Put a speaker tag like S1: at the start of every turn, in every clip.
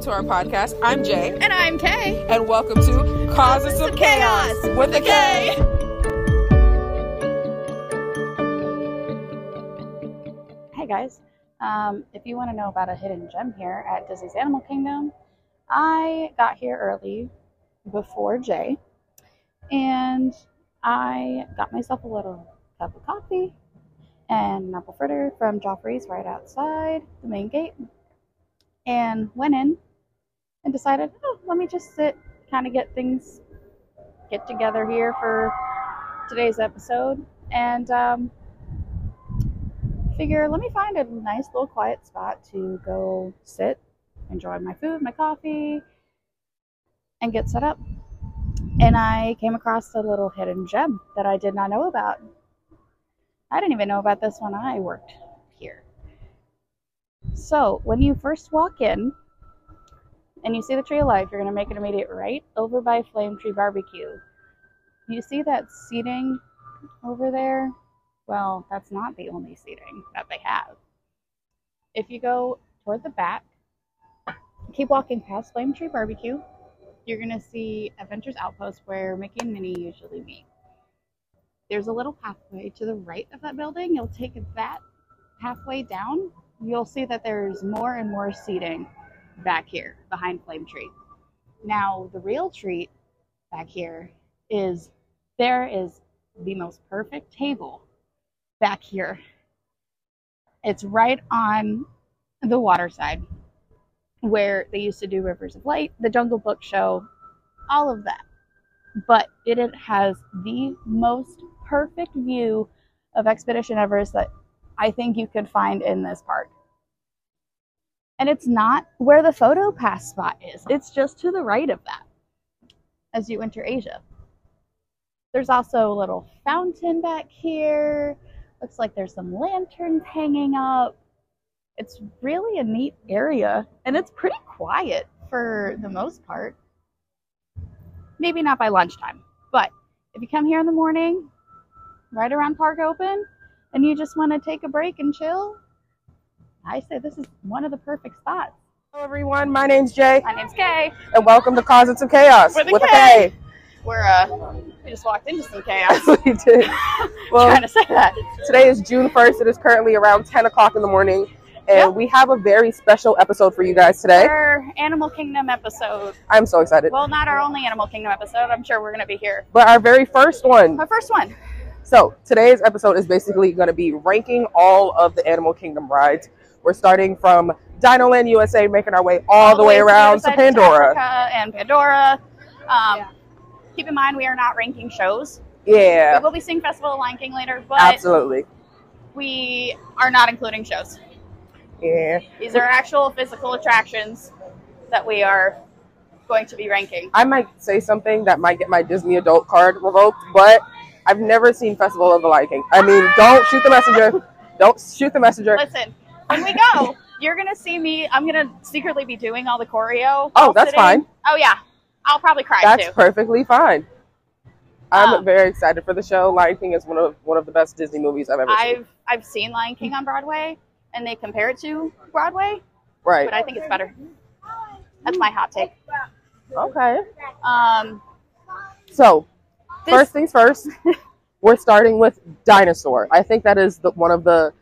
S1: to our podcast. I'm Jay,
S2: And I'm Kay.
S1: and welcome to Causes of Chaos with a K.
S2: Hey guys, um, if you want to know about a hidden gem here at Disney's Animal Kingdom, I got here early before Jay, and I got myself a little cup of coffee and an apple fritter from Joffrey's right outside the main gate, and went in and decided, oh, let me just sit, kind of get things get together here for today's episode, and um, figure let me find a nice little quiet spot to go sit, enjoy my food, my coffee, and get set up. And I came across a little hidden gem that I did not know about. I didn't even know about this when I worked here. So, when you first walk in and you see the tree of life, you're going to make an immediate right over by Flame Tree Barbecue. You see that seating over there? Well, that's not the only seating that they have. If you go toward the back, keep walking past Flame Tree Barbecue, you're going to see Adventures Outpost where Mickey and Minnie usually meet. There's a little pathway to the right of that building. You'll take that halfway down. You'll see that there's more and more seating back here behind Flame Tree. Now, the real treat back here is there is the most perfect table back here. It's right on the water side where they used to do Rivers of Light, the Jungle Book show, all of that. But it it has the most perfect view of Expedition Everest that I think you could find in this park. And it's not where the photo pass spot is, it's just to the right of that as you enter Asia. There's also a little fountain back here. Looks like there's some lanterns hanging up. It's really a neat area, and it's pretty quiet for the most part. Maybe not by lunchtime, but if you come here in the morning, right around park open, and you just want to take a break and chill, I say this is one of the perfect spots.
S1: Hello, everyone. My name's Jay,
S2: My name's Kay.
S1: and welcome to Causes of Chaos
S2: With a
S1: K.
S2: We're uh, we just walked into some chaos.
S1: we did. Well,
S2: Trying to say that.
S1: today is June 1st. It is currently around 10 o'clock in the morning, and
S2: Yep.
S1: we have a very special episode for you guys today.
S2: Our Animal Kingdom episode.
S1: I'm so excited.
S2: Well, not our only Animal Kingdom episode. I'm sure we're going to be here.
S1: But our very first one.
S2: Our first one.
S1: So today's episode is basically going to be ranking all of the Animal Kingdom rides. We're starting from Dino Land USA, making our way all, the way
S2: to
S1: around
S2: other
S1: to
S2: side of
S1: Pandora.
S2: Africa and Pandora. Um, Keep in mind, we are not ranking shows.
S1: Yeah,
S2: We will be seeing Festival of the Lion King later, but
S1: absolutely.
S2: we are not including shows.
S1: Yeah,
S2: These are actual physical attractions that we are going to be ranking.
S1: I might say something that might get my Disney adult card revoked, but I've never seen Festival of the Lion King. I mean, don't shoot the messenger. Don't shoot the messenger.
S2: Listen, when we go, you're going to see me. I'm going to secretly be doing all the choreo.
S1: Oh,
S2: while
S1: that's
S2: sitting.
S1: fine.
S2: Oh, yeah. I'll probably cry
S1: That's
S2: too.
S1: perfectly fine. I'm
S2: Um,
S1: very excited for the show. Lion King is one of one of the best Disney movies I've ever seen.
S2: I've I've seen Lion King on Broadway, and they compare it to Broadway,
S1: Right.
S2: but I think it's better. That's my hot take.
S1: okay.
S2: Um,
S1: So
S2: this,
S1: first things first, we're starting with dinosaur. I think that is the, one of the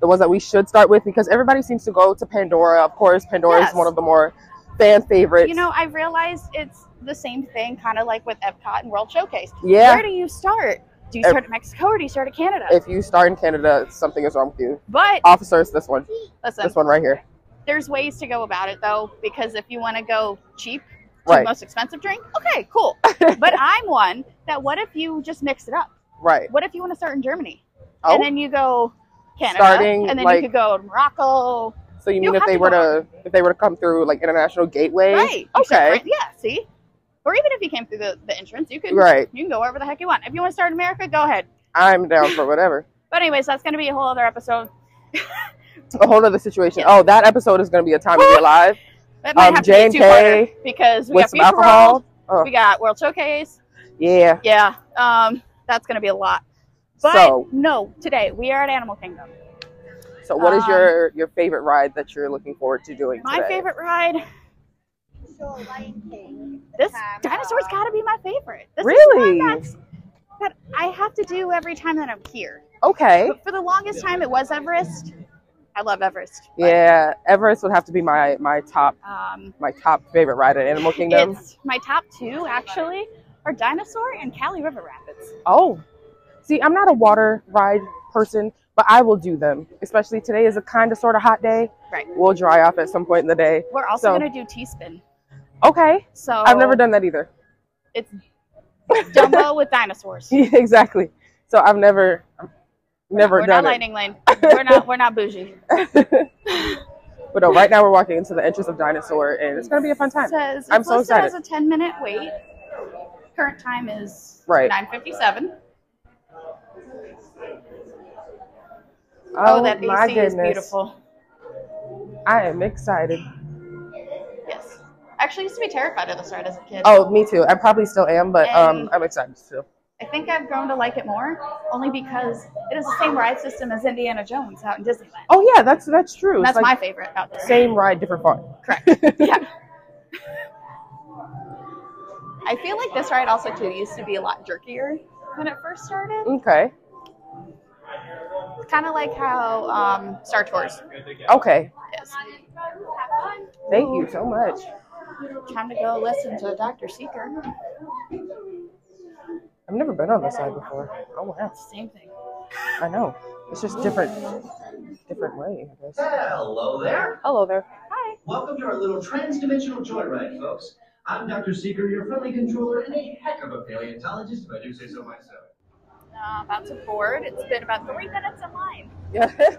S1: the ones that we should start with because everybody seems to go to Pandora. Of course, Pandora
S2: Yes.
S1: is one of the more fan favorites.
S2: you know, I realized it's the same thing, kind of like with Epcot and World Showcase.
S1: yeah.
S2: Where do you start? Do you
S1: Ev-
S2: start at Mexico or do you start at Canada?
S1: If you start in Canada, something is wrong with you.
S2: but
S1: Officers, this one,
S2: listen,
S1: this one right here.
S2: there's ways to go about it though, because if you want to go cheap to the
S1: Right,
S2: most expensive drink, okay, cool. but I'm one that what if you just mix it up?
S1: right.
S2: What if you want to start in Germany
S1: Oh,
S2: and then you go Canada,
S1: Starting,
S2: and then
S1: like-
S2: you could go to Morocco,
S1: Oh, so you
S2: you
S1: mean if
S2: have
S1: they
S2: to
S1: were
S2: go.
S1: to if they were to come through like international gateway?
S2: Right. You should
S1: Okay.
S2: print- Yeah. See, or even if you came through the, the entrance, you could
S1: Right.
S2: you can go wherever the heck you want. If you want to start in America, go ahead.
S1: I'm down for whatever.
S2: But anyways, that's gonna be a whole other episode.
S1: A whole other situation. Oh, that episode is going to be a time to be alive
S2: That might
S1: Um,
S2: have
S1: J
S2: to
S1: and
S2: be
S1: K
S2: two parter because we
S1: with
S2: got
S1: some
S2: Future
S1: alcohol.
S2: World,
S1: Oh,
S2: we got World Showcase.
S1: yeah.
S2: Yeah. Um, that's gonna be a lot. But
S1: so
S2: no, today we are at Animal Kingdom.
S1: So, what is
S2: Um,
S1: your your favorite ride that you're looking forward to doing?
S2: My
S1: today?
S2: favorite ride
S3: saw Lion King. at the
S2: This
S3: time.
S2: dinosaur's got to be my favorite. This
S1: Really?
S2: Is one that's, that I have to do every time that I'm here.
S1: Okay.
S2: But for the longest time, it was Everest. I love Everest. but,
S1: Yeah, Everest would have to be my my top
S2: Um,
S1: my top favorite ride at Animal Kingdom.
S2: it's my top two actually are dinosaur and Cali River Rapids.
S1: Oh, see, I'm not a water ride person, but I will do them. Especially today is a kind of sort of hot day.
S2: Right.
S1: We'll dry off at some point in the day.
S2: We're
S1: So-
S2: also gonna do T spin.
S1: Okay.
S2: So
S1: I've never done that either.
S2: It's Dumbo with dinosaurs.
S1: Yeah, exactly. So I've never never
S2: we're
S1: done
S2: not lightning lane. We're not. We're not bougie.
S1: it. but no, right now we're walking into the entrance of Dinosaur, and it's gonna be a fun time.
S2: Says
S1: I'm
S2: it's
S1: so
S2: listed
S1: excited.
S2: As a ten minute wait. Current time is
S1: Right.
S2: nine fifty seven.
S1: Oh,
S2: that
S1: my
S2: AC is
S1: goodness.
S2: beautiful.
S1: I am excited.
S2: Yes. Actually, I used to be terrified of this ride as a kid.
S1: Oh, me too. I probably still am, but um,
S2: And-
S1: I'm excited too.
S2: I think I've grown to like it more, only because it is the same ride system as Indiana Jones out in Disneyland.
S1: Oh yeah, that's that's true. It's
S2: That's
S1: like
S2: my favorite out there.
S1: same ride, different font.
S2: Correct. yeah. I feel like this ride also too used to be a lot jerkier when it first started.
S1: Okay.
S2: Kind of like how um, Star Tours
S1: Okay.
S2: is.
S1: Thank you so much.
S2: Time to go listen to Dr. Seeker.
S1: I've never been on this side before. Oh wow.
S2: That's the same thing.
S1: I know. It's just different different way, I guess.
S4: Hello there.
S1: Hello there.
S2: Hi.
S4: Welcome to our little transdimensional joyride, folks. I'm Dr. Seeker, your friendly controller and a heck of a paleontologist, if I do say so myself.
S2: Uh, about to board. It's been about three minutes in line.
S1: Yeah.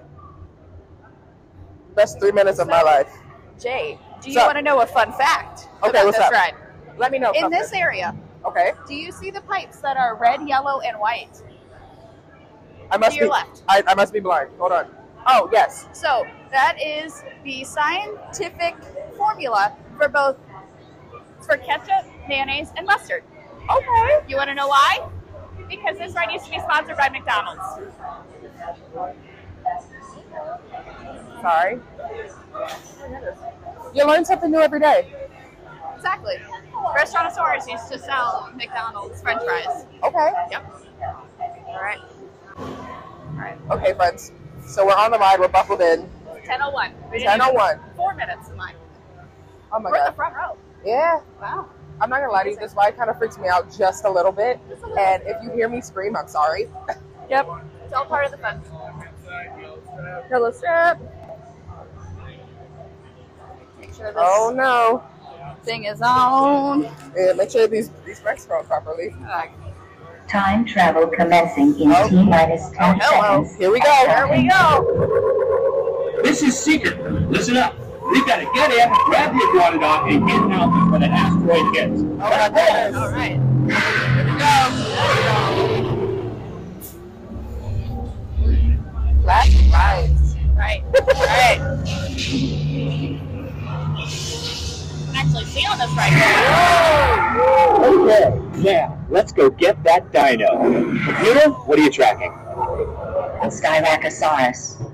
S1: Best three minutes of my life.
S2: Jay, do you
S1: Sup?
S2: want to know a fun fact
S1: Okay,
S2: about
S1: what's
S2: this
S1: up? Oh,
S2: ride?
S1: Let me know.
S2: In
S1: something.
S2: this area,
S1: Okay.
S2: do you see the pipes that are red, yellow, and white?
S1: I must
S2: to your
S1: be
S2: left.
S1: I, I must be blind. Hold on. Oh yes.
S2: So that is the scientific formula for both for ketchup, mayonnaise, and mustard. Okay. You want to know why? Because this ride used to be sponsored by McDonald's.
S1: Sorry. You learn something new every day.
S2: Exactly. Restaurantosaurus used to sell McDonald's French fries.
S1: Okay.
S2: Yep. All right. All right.
S1: Okay, friends. So we're on the ride, we're buckled in.
S2: 10:01. We didn't
S1: Ten oh one.
S2: even- Four minutes in line.
S1: Oh my
S2: We're in the
S1: god.
S2: front row.
S1: Yeah.
S2: Wow.
S1: I'm not gonna lie to you, this ride kind of freaks me out just a little bit.
S2: Just a little
S1: And if you hear me scream, I'm sorry.
S2: Yep. It's all part of the fun.
S1: Hello, strip.
S2: Make sure this
S1: Oh no.
S2: thing is on.
S1: Yeah, make sure these these racks are on properly.
S2: Uh,
S5: Time travel commencing in
S1: Oh.
S5: T minus 10
S1: Hello.
S5: seconds.
S1: Here we go. Oh,
S5: Here we
S1: go.
S6: This is secret. Listen up. We've got to get in, grab your guanodon, and get out before the asteroid hits.
S1: Oh my
S2: all
S1: goodness.
S2: right.
S1: Black rides.
S2: Right. Right. I'm actually feeling this right now.
S6: Okay. Now, let's go get that dino. Computer, what are you tracking?
S5: It's Styracosaurus.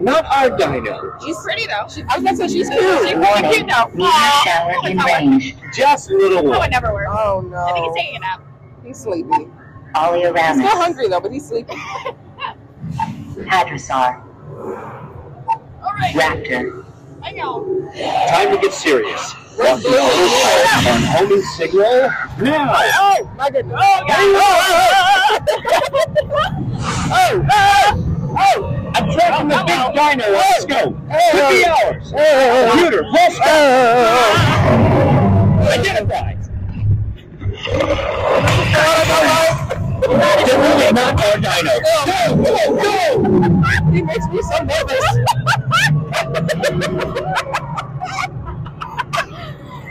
S6: Not our dino.
S2: She's pretty though. She's
S1: I was gonna say she's
S2: she's
S1: cute.
S2: pretty cute now.
S5: Meteor
S2: Aw,
S5: shower
S2: oh,
S5: in
S2: it's all right.
S5: range.
S6: Just little
S2: I would
S6: one.
S2: never wear. it.
S1: Oh
S2: I think
S1: no.
S2: he's taking a nap.
S1: He's sleepy. He's still
S5: Oleoramus.
S1: hungry though, but he's sleepy.
S5: Hadrosaur.
S2: All right,
S5: Raptor.
S2: I know.
S6: Time to get serious. Want the little pirate on homing signal? Now.
S1: Oh my goodness. Oh
S6: Oh! Oh! Oh! I'm tracking the big dino. Let's go. Could be ours. Computer, pulse. Identify. They're really not our dino. Go! Go! Go! He makes me so nervous.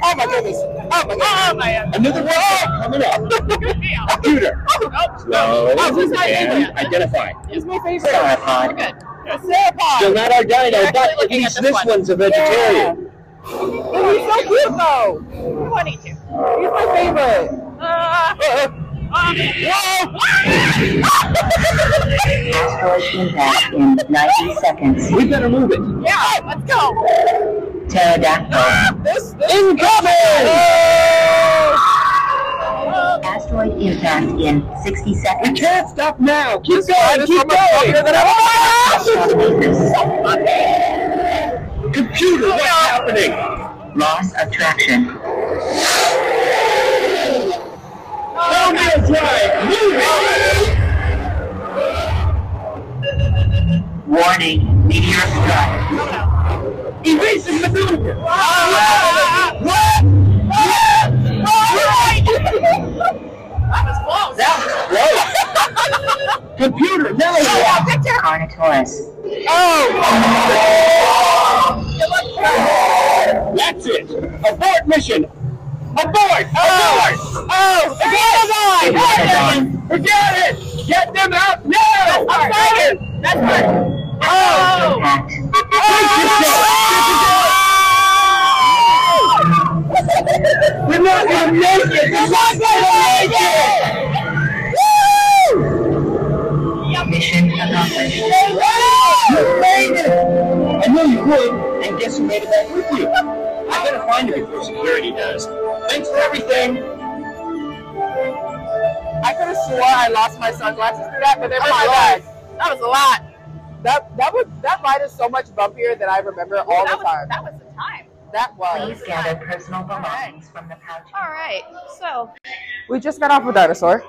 S1: Oh my goodness. Oh my
S2: Oh
S1: goodness.
S2: man.
S6: Another one coming up.
S2: Good deal.
S6: Computer. Slow and identify.
S1: He's my favorite.
S2: We're
S5: Sauropod.
S2: good.
S6: Still
S1: Sarapod.
S6: not our dino,
S2: You're actually
S6: but at
S2: looking at
S6: least
S2: this
S6: this
S2: one.
S6: one's a vegetarian.
S1: But he's so cute though.
S2: Twenty-two.
S1: He's my favorite.
S2: Uh,
S5: Asteroid impact in 90 seconds.
S6: We better move it.
S2: yeah. Let's go.
S5: 10, Pterodactyl.
S1: This,
S6: Incoming!
S5: Asteroid impact in 60
S6: We
S5: seconds.
S6: can't stop now. Keep
S1: slide is
S6: going.
S1: so
S6: Keep
S1: much longer than
S6: going. Computer, what's happening?
S5: Loss of traction.
S6: Down this drive. Move it.
S5: Warning, meteor strike.
S6: Evasive maneuver. What? What? That was close. Computer, now what?
S5: Carnotaurus.
S6: Oh! That's it. Abort mission. Abort! Abort! Oh! Forget it! Forget it! Get them out now! I'm fighting! That's right! Oh!
S5: Impact.
S6: We're not gonna make it! We're not gonna make it!
S5: Mission accomplished.
S6: You made it! I know you would, and guess who made it back with you? I gotta find him before security does. Thanks for everything!
S1: I could have swore I lost my sunglasses through that, but they're Oh my life. That was a lot. That that was that ride is so much bumpier than I remember all the time.
S2: that was the time.
S1: That was.
S5: Please gather personal belongings from the pouch.
S2: All right. So
S1: We just got off with dinosaur.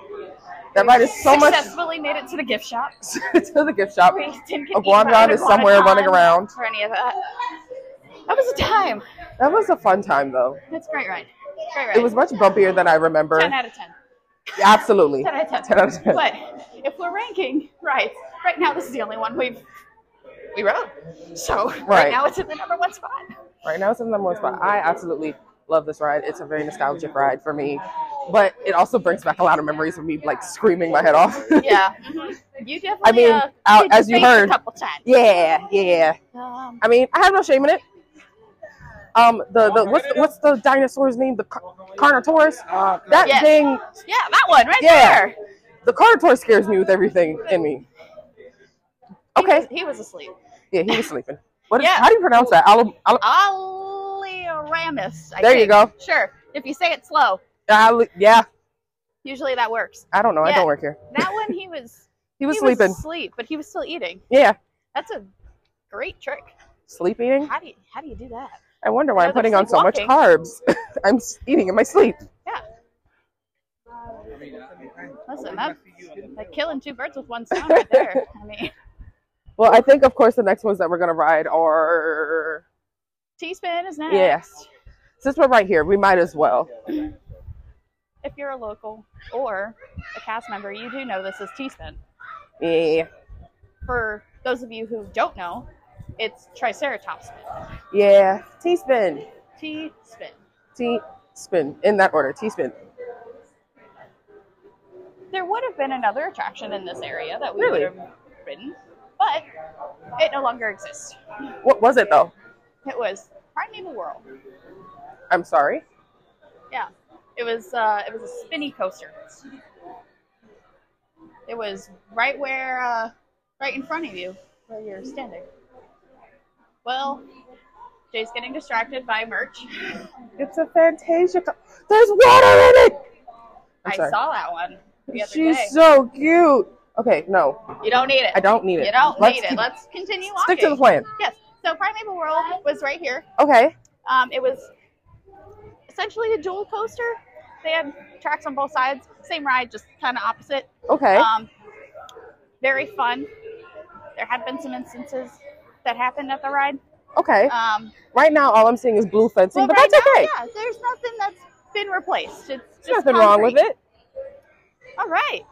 S1: That ride is so much
S2: successfully made it to the gift shop.
S1: to the gift shop.
S2: We didn't get eaten by
S1: Iguanodon
S2: an
S1: is somewhere running
S2: iguanodon
S1: around.
S2: Or any of that. That was a time.
S1: That was a fun time though.
S2: That's a great ride. Great ride.
S1: It was much bumpier than I remember.
S2: ten out of ten.
S1: Absolutely.
S2: 10 out of 10.
S1: 10 out of 10.
S2: But if we're ranking rides, right now this is the only one we've we rode. So right,
S1: Right.
S2: now it's in the number one spot.
S1: Right now, it's in the number one spot. I absolutely love this ride. It's a very nostalgic ride for me, but it also brings back a lot of memories of me like screaming my head off.
S2: Yeah. You definitely.
S1: Mm-hmm. I mean,
S2: uh,
S1: out-
S2: did your
S1: as you
S2: face a
S1: heard.
S2: couple times.
S1: yeah, yeah.
S2: Um,
S1: I mean, I have no shame in it. Um, the, the what's the, what's the dinosaur's name? The Car- Carnotaurus. That
S2: Yes.
S1: thing,
S2: yeah, that one right
S1: Yeah.
S2: there.
S1: the Carnotaurus scares me with everything in me.
S2: He
S1: Okay,
S2: was- He was asleep.
S1: yeah, he was sleeping. What is,
S2: Yeah.
S1: How do you pronounce that? Alab- Alab-
S2: Oleoramus. I
S1: there you
S2: think.
S1: go.
S2: Sure. If you say it slow,
S1: Al- yeah,
S2: usually that works.
S1: I don't know. I
S2: Yeah.
S1: don't work here.
S2: That one he was
S1: He was sleeping.
S2: asleep, but he was still eating.
S1: yeah,
S2: That's a great trick.
S1: sleep eating.
S2: How do you, how do you do that?
S1: I wonder why
S2: I
S1: I'm
S2: know they're
S1: putting on so much
S2: sleepwalking.
S1: carbs. I'm s- eating in my sleep.
S2: Listen, that's like killing two birds with one stone right there. I mean,
S1: Well, I think, of course, the next ones that we're going to ride are.
S2: T-spin is next.
S1: Yes. Since we're right here, we might as well.
S2: If you're a local or a cast member, you do know this is T-spin.
S1: Yeah.
S2: For those of you who don't know, it's Triceratops spin.
S1: Yeah. T spin.
S2: T-spin.
S1: T spin. In that order. T spin.
S2: There would have been another attraction in this area that we
S1: Really?
S2: would have ridden, but it no longer exists.
S1: What was it, though?
S2: It was Primeval World.
S1: I'm sorry.
S2: Yeah, it was uh, it was a spinny coaster. It was right where, uh, right in front of you, where you're standing. Well, Jay's getting distracted by merch.
S1: It's a Fantasia. co- There's water in it! I'm
S2: I
S1: sorry.
S2: saw that one the other
S1: She's
S2: day.
S1: so cute. Okay, no.
S2: you don't need it.
S1: I don't need it.
S2: You don't
S1: Let's
S2: need it.
S1: keep-
S2: Let's continue walking.
S1: Stick to the plan.
S2: Yes. So Primeval World was right here.
S1: Okay.
S2: Um, it was essentially a dual coaster. They had tracks on both sides. Same ride, just kind of opposite.
S1: Okay.
S2: Um, very fun. There have been some instances that happened at the ride.
S1: okay.
S2: Um,
S1: right now, all I'm seeing is blue fencing, but
S2: right
S1: that's
S2: now,
S1: okay.
S2: Yeah, there's nothing that's been replaced. It's just
S1: There's nothing wrong with
S2: concrete.
S1: it.
S2: All right.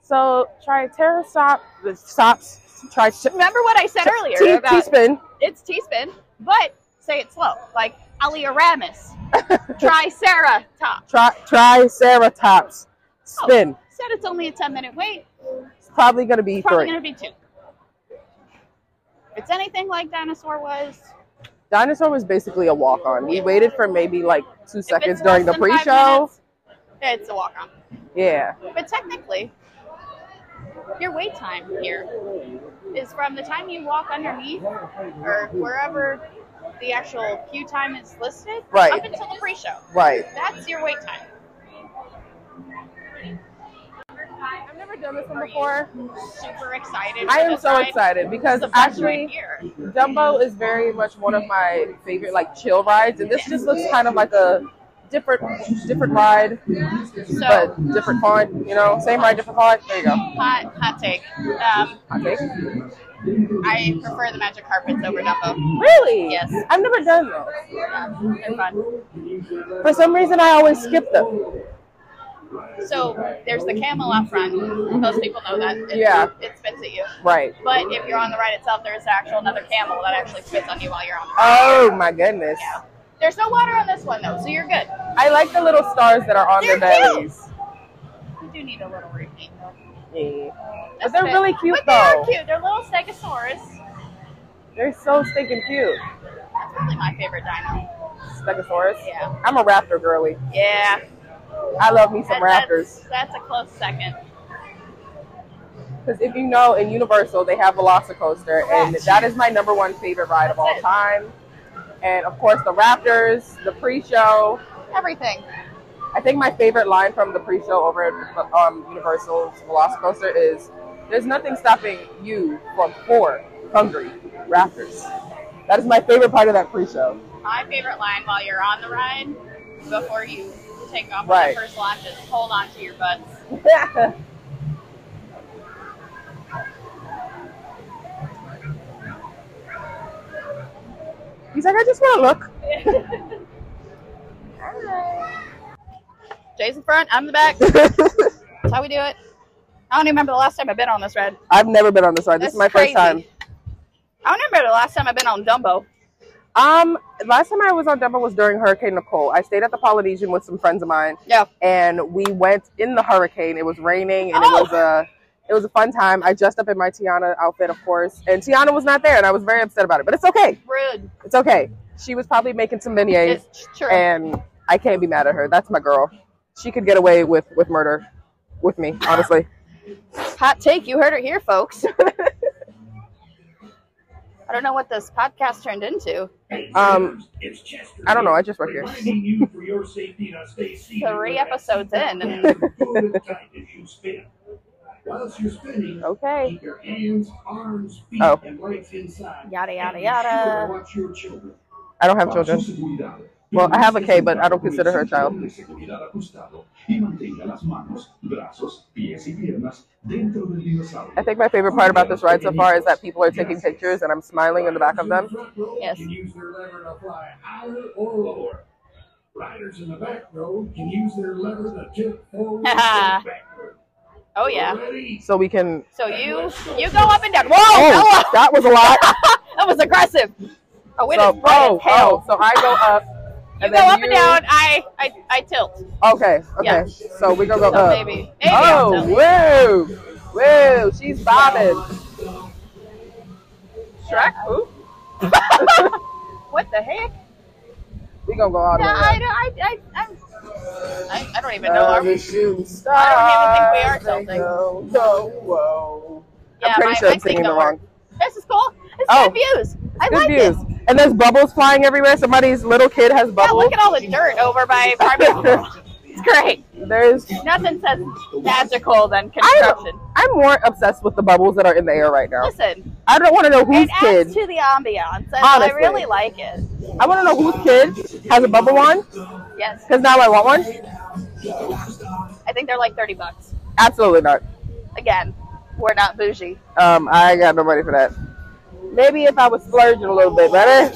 S1: So Triceratops stops. Try
S2: Remember what I said earlier
S1: T,
S2: about
S1: T-spin.
S2: it's T-spin, but say it slow, like Aliaramus, Triceratops.
S1: Tri, triceratops
S2: Oh.
S1: spin.
S2: Said it's only a 10-minute wait.
S1: It's probably gonna be
S2: It's probably
S1: three.
S2: gonna be two. If it's anything like dinosaur was,
S1: Dinosaur was basically a walk on. We waited for maybe like two
S2: if it's
S1: seconds during the
S2: less than five
S1: pre-show.
S2: minutes, it's a walk on.
S1: Yeah,
S2: But technically, your wait time here is from the time you walk underneath or wherever the actual queue time is listed
S1: Right.
S2: up until the pre-show.
S1: Right.
S2: That's your wait time.
S1: I've never done this one before.
S2: Super excited.
S1: I
S2: for
S1: am
S2: this
S1: so
S2: ride.
S1: excited
S2: This is
S1: because
S2: the first ride
S1: actually
S2: here.
S1: Dumbo is very much one of my favorite like chill rides, and this just looks kind of like a different different ride,
S2: So
S1: but different font. You know, same ride, different font. There you go.
S2: hot hot take. Um,
S1: I think.
S2: I prefer the magic carpets over Dumbo.
S1: Really?
S2: Yes.
S1: I've never done those.
S2: They're fun.
S1: For some reason, I always skip them.
S2: So there's the camel up front. Most people know that. It,
S1: Yeah.
S2: It spits at you.
S1: Right.
S2: But if you're on the ride itself, there is actual another camel that actually spits on you while you're on. The ride.
S1: Oh my goodness.
S2: Yeah. There's no water on this one though, so you're good.
S1: I like the little stars that are on
S2: They're
S1: their bellies.
S2: You do need a little repeat though.
S1: Yeah.
S2: That's
S1: they're
S2: it.
S1: really cute,
S2: But they are
S1: though.
S2: cute. They're little stegosaurus.
S1: They're so stinking cute.
S2: That's probably my favorite dino.
S1: Stegosaurus.
S2: Yeah.
S1: I'm a raptor girly.
S2: Yeah.
S1: I love me some
S2: That-
S1: raptors.
S2: That's, that's a close second.
S1: Because if you know, in Universal they have Velocicoaster, and
S2: Correct.
S1: that is my number one favorite ride of all
S2: That's it.
S1: time. And of course, the Raptors, the pre-show.
S2: Everything.
S1: I think my favorite line from the pre-show over at um, Universal's Velocicoaster is, "There's nothing stopping you from four hungry Raptors." That is my favorite part of that pre-show.
S2: My favorite line while you're on the ride, before you take off
S1: Right.
S2: on the first launch, is hold on to your butts.
S1: He's like, I just want to look.
S2: Jay's in front, I'm in the back. That's how we do it. I don't even remember the last time I've been on this ride.
S1: I've never been on this ride. This
S2: That's
S1: is my
S2: crazy.
S1: first time.
S2: I don't remember the last time I've been on Dumbo.
S1: Um, last time I was on Dumbo was during Hurricane Nicole. I stayed at the Polynesian with some friends of mine,
S2: Yeah.
S1: and we went in the hurricane. It was raining, and
S2: Oh.
S1: it was a it was a fun time. I dressed up in my Tiana outfit, of course, and Tiana was not there, and I was very upset about it. But it's okay.
S2: Rude.
S1: It's okay. She was probably making some beignets,
S2: It's true.
S1: and I can't be mad at her. That's my girl. She could get away with with murder, with me, honestly.
S2: Hot take, you heard it here, folks. I don't know what this podcast turned into.
S1: Um,
S3: It's Chester.
S1: I don't know. I just work here.
S3: Reminding you for your safety to stay seated.
S2: Three episodes in, and
S3: Go to the tight as you spin. Whilst you're spinning,
S1: Okay.
S3: keep your hands, arms, feet,
S1: Oh.
S3: and legs inside.
S2: yada yada
S3: And be sure to
S2: yada.
S3: watch your children.
S1: I don't have children. Well, I have a K, but I don't consider her a child. I think my favorite part about this ride so far is that people are taking pictures and I'm smiling in the back of them.
S2: Yes.
S3: Can use their lever to fly higher or lower. Riders in the back row can use their lever to tip forward or backward.
S2: Oh yeah.
S3: Ready?
S1: So we can.
S2: So you you go up and down. Whoa!
S1: Oh, that was a lot.
S2: hello! That was aggressive. Oh, it is
S1: So,
S2: bright
S1: oh,
S2: as
S1: oh,
S2: hell.
S1: so I go up.
S2: you
S1: and
S2: go
S1: then
S2: up and
S1: you-
S2: down. I I, I tilt. So
S1: Okay, okay.
S2: Yeah.
S1: So we gonna go up.
S2: maybe maybe I'll
S1: Uh, Oh,
S2: tilt.
S1: whoa, whoa, she's bobbing. Shrek? Who?
S2: What the heck?
S1: We gonna go all the
S2: No,
S1: way
S2: I
S1: up.
S2: don't. I I I'm, I, I don't even know.
S1: Uh,
S2: Are we-
S1: I
S2: don't even think we are tilting.
S1: whoa.
S2: Yeah,
S1: I'm pretty
S2: my-
S1: sure
S2: my
S1: I'm
S2: thing
S1: singing the
S2: don't
S1: wrong.
S2: This is cool. It's
S1: Oh.
S2: good views. I
S1: Good
S2: like
S1: views.
S2: this.
S1: And there's bubbles flying everywhere. Somebody's little kid has
S2: Yeah,
S1: bubbles.
S2: look at all the dirt over by Farmington. it's great.
S1: There's.
S2: Nothing says magical than
S1: I don't-
S2: construction.
S1: I'm more obsessed with the bubbles that are in the air right now.
S2: Listen,
S1: I don't want to know whose
S2: it
S1: kid.
S2: adds to the ambiance. and I
S1: Honestly.
S2: really like it.
S1: I want to know whose kid has a bubble one
S2: Yes,
S1: because now I want one.
S2: I think they're like thirty bucks.
S1: Absolutely not.
S2: Again, we're not bougie.
S1: Um, I ain't got no money for that. Maybe if I was splurging a little bit better.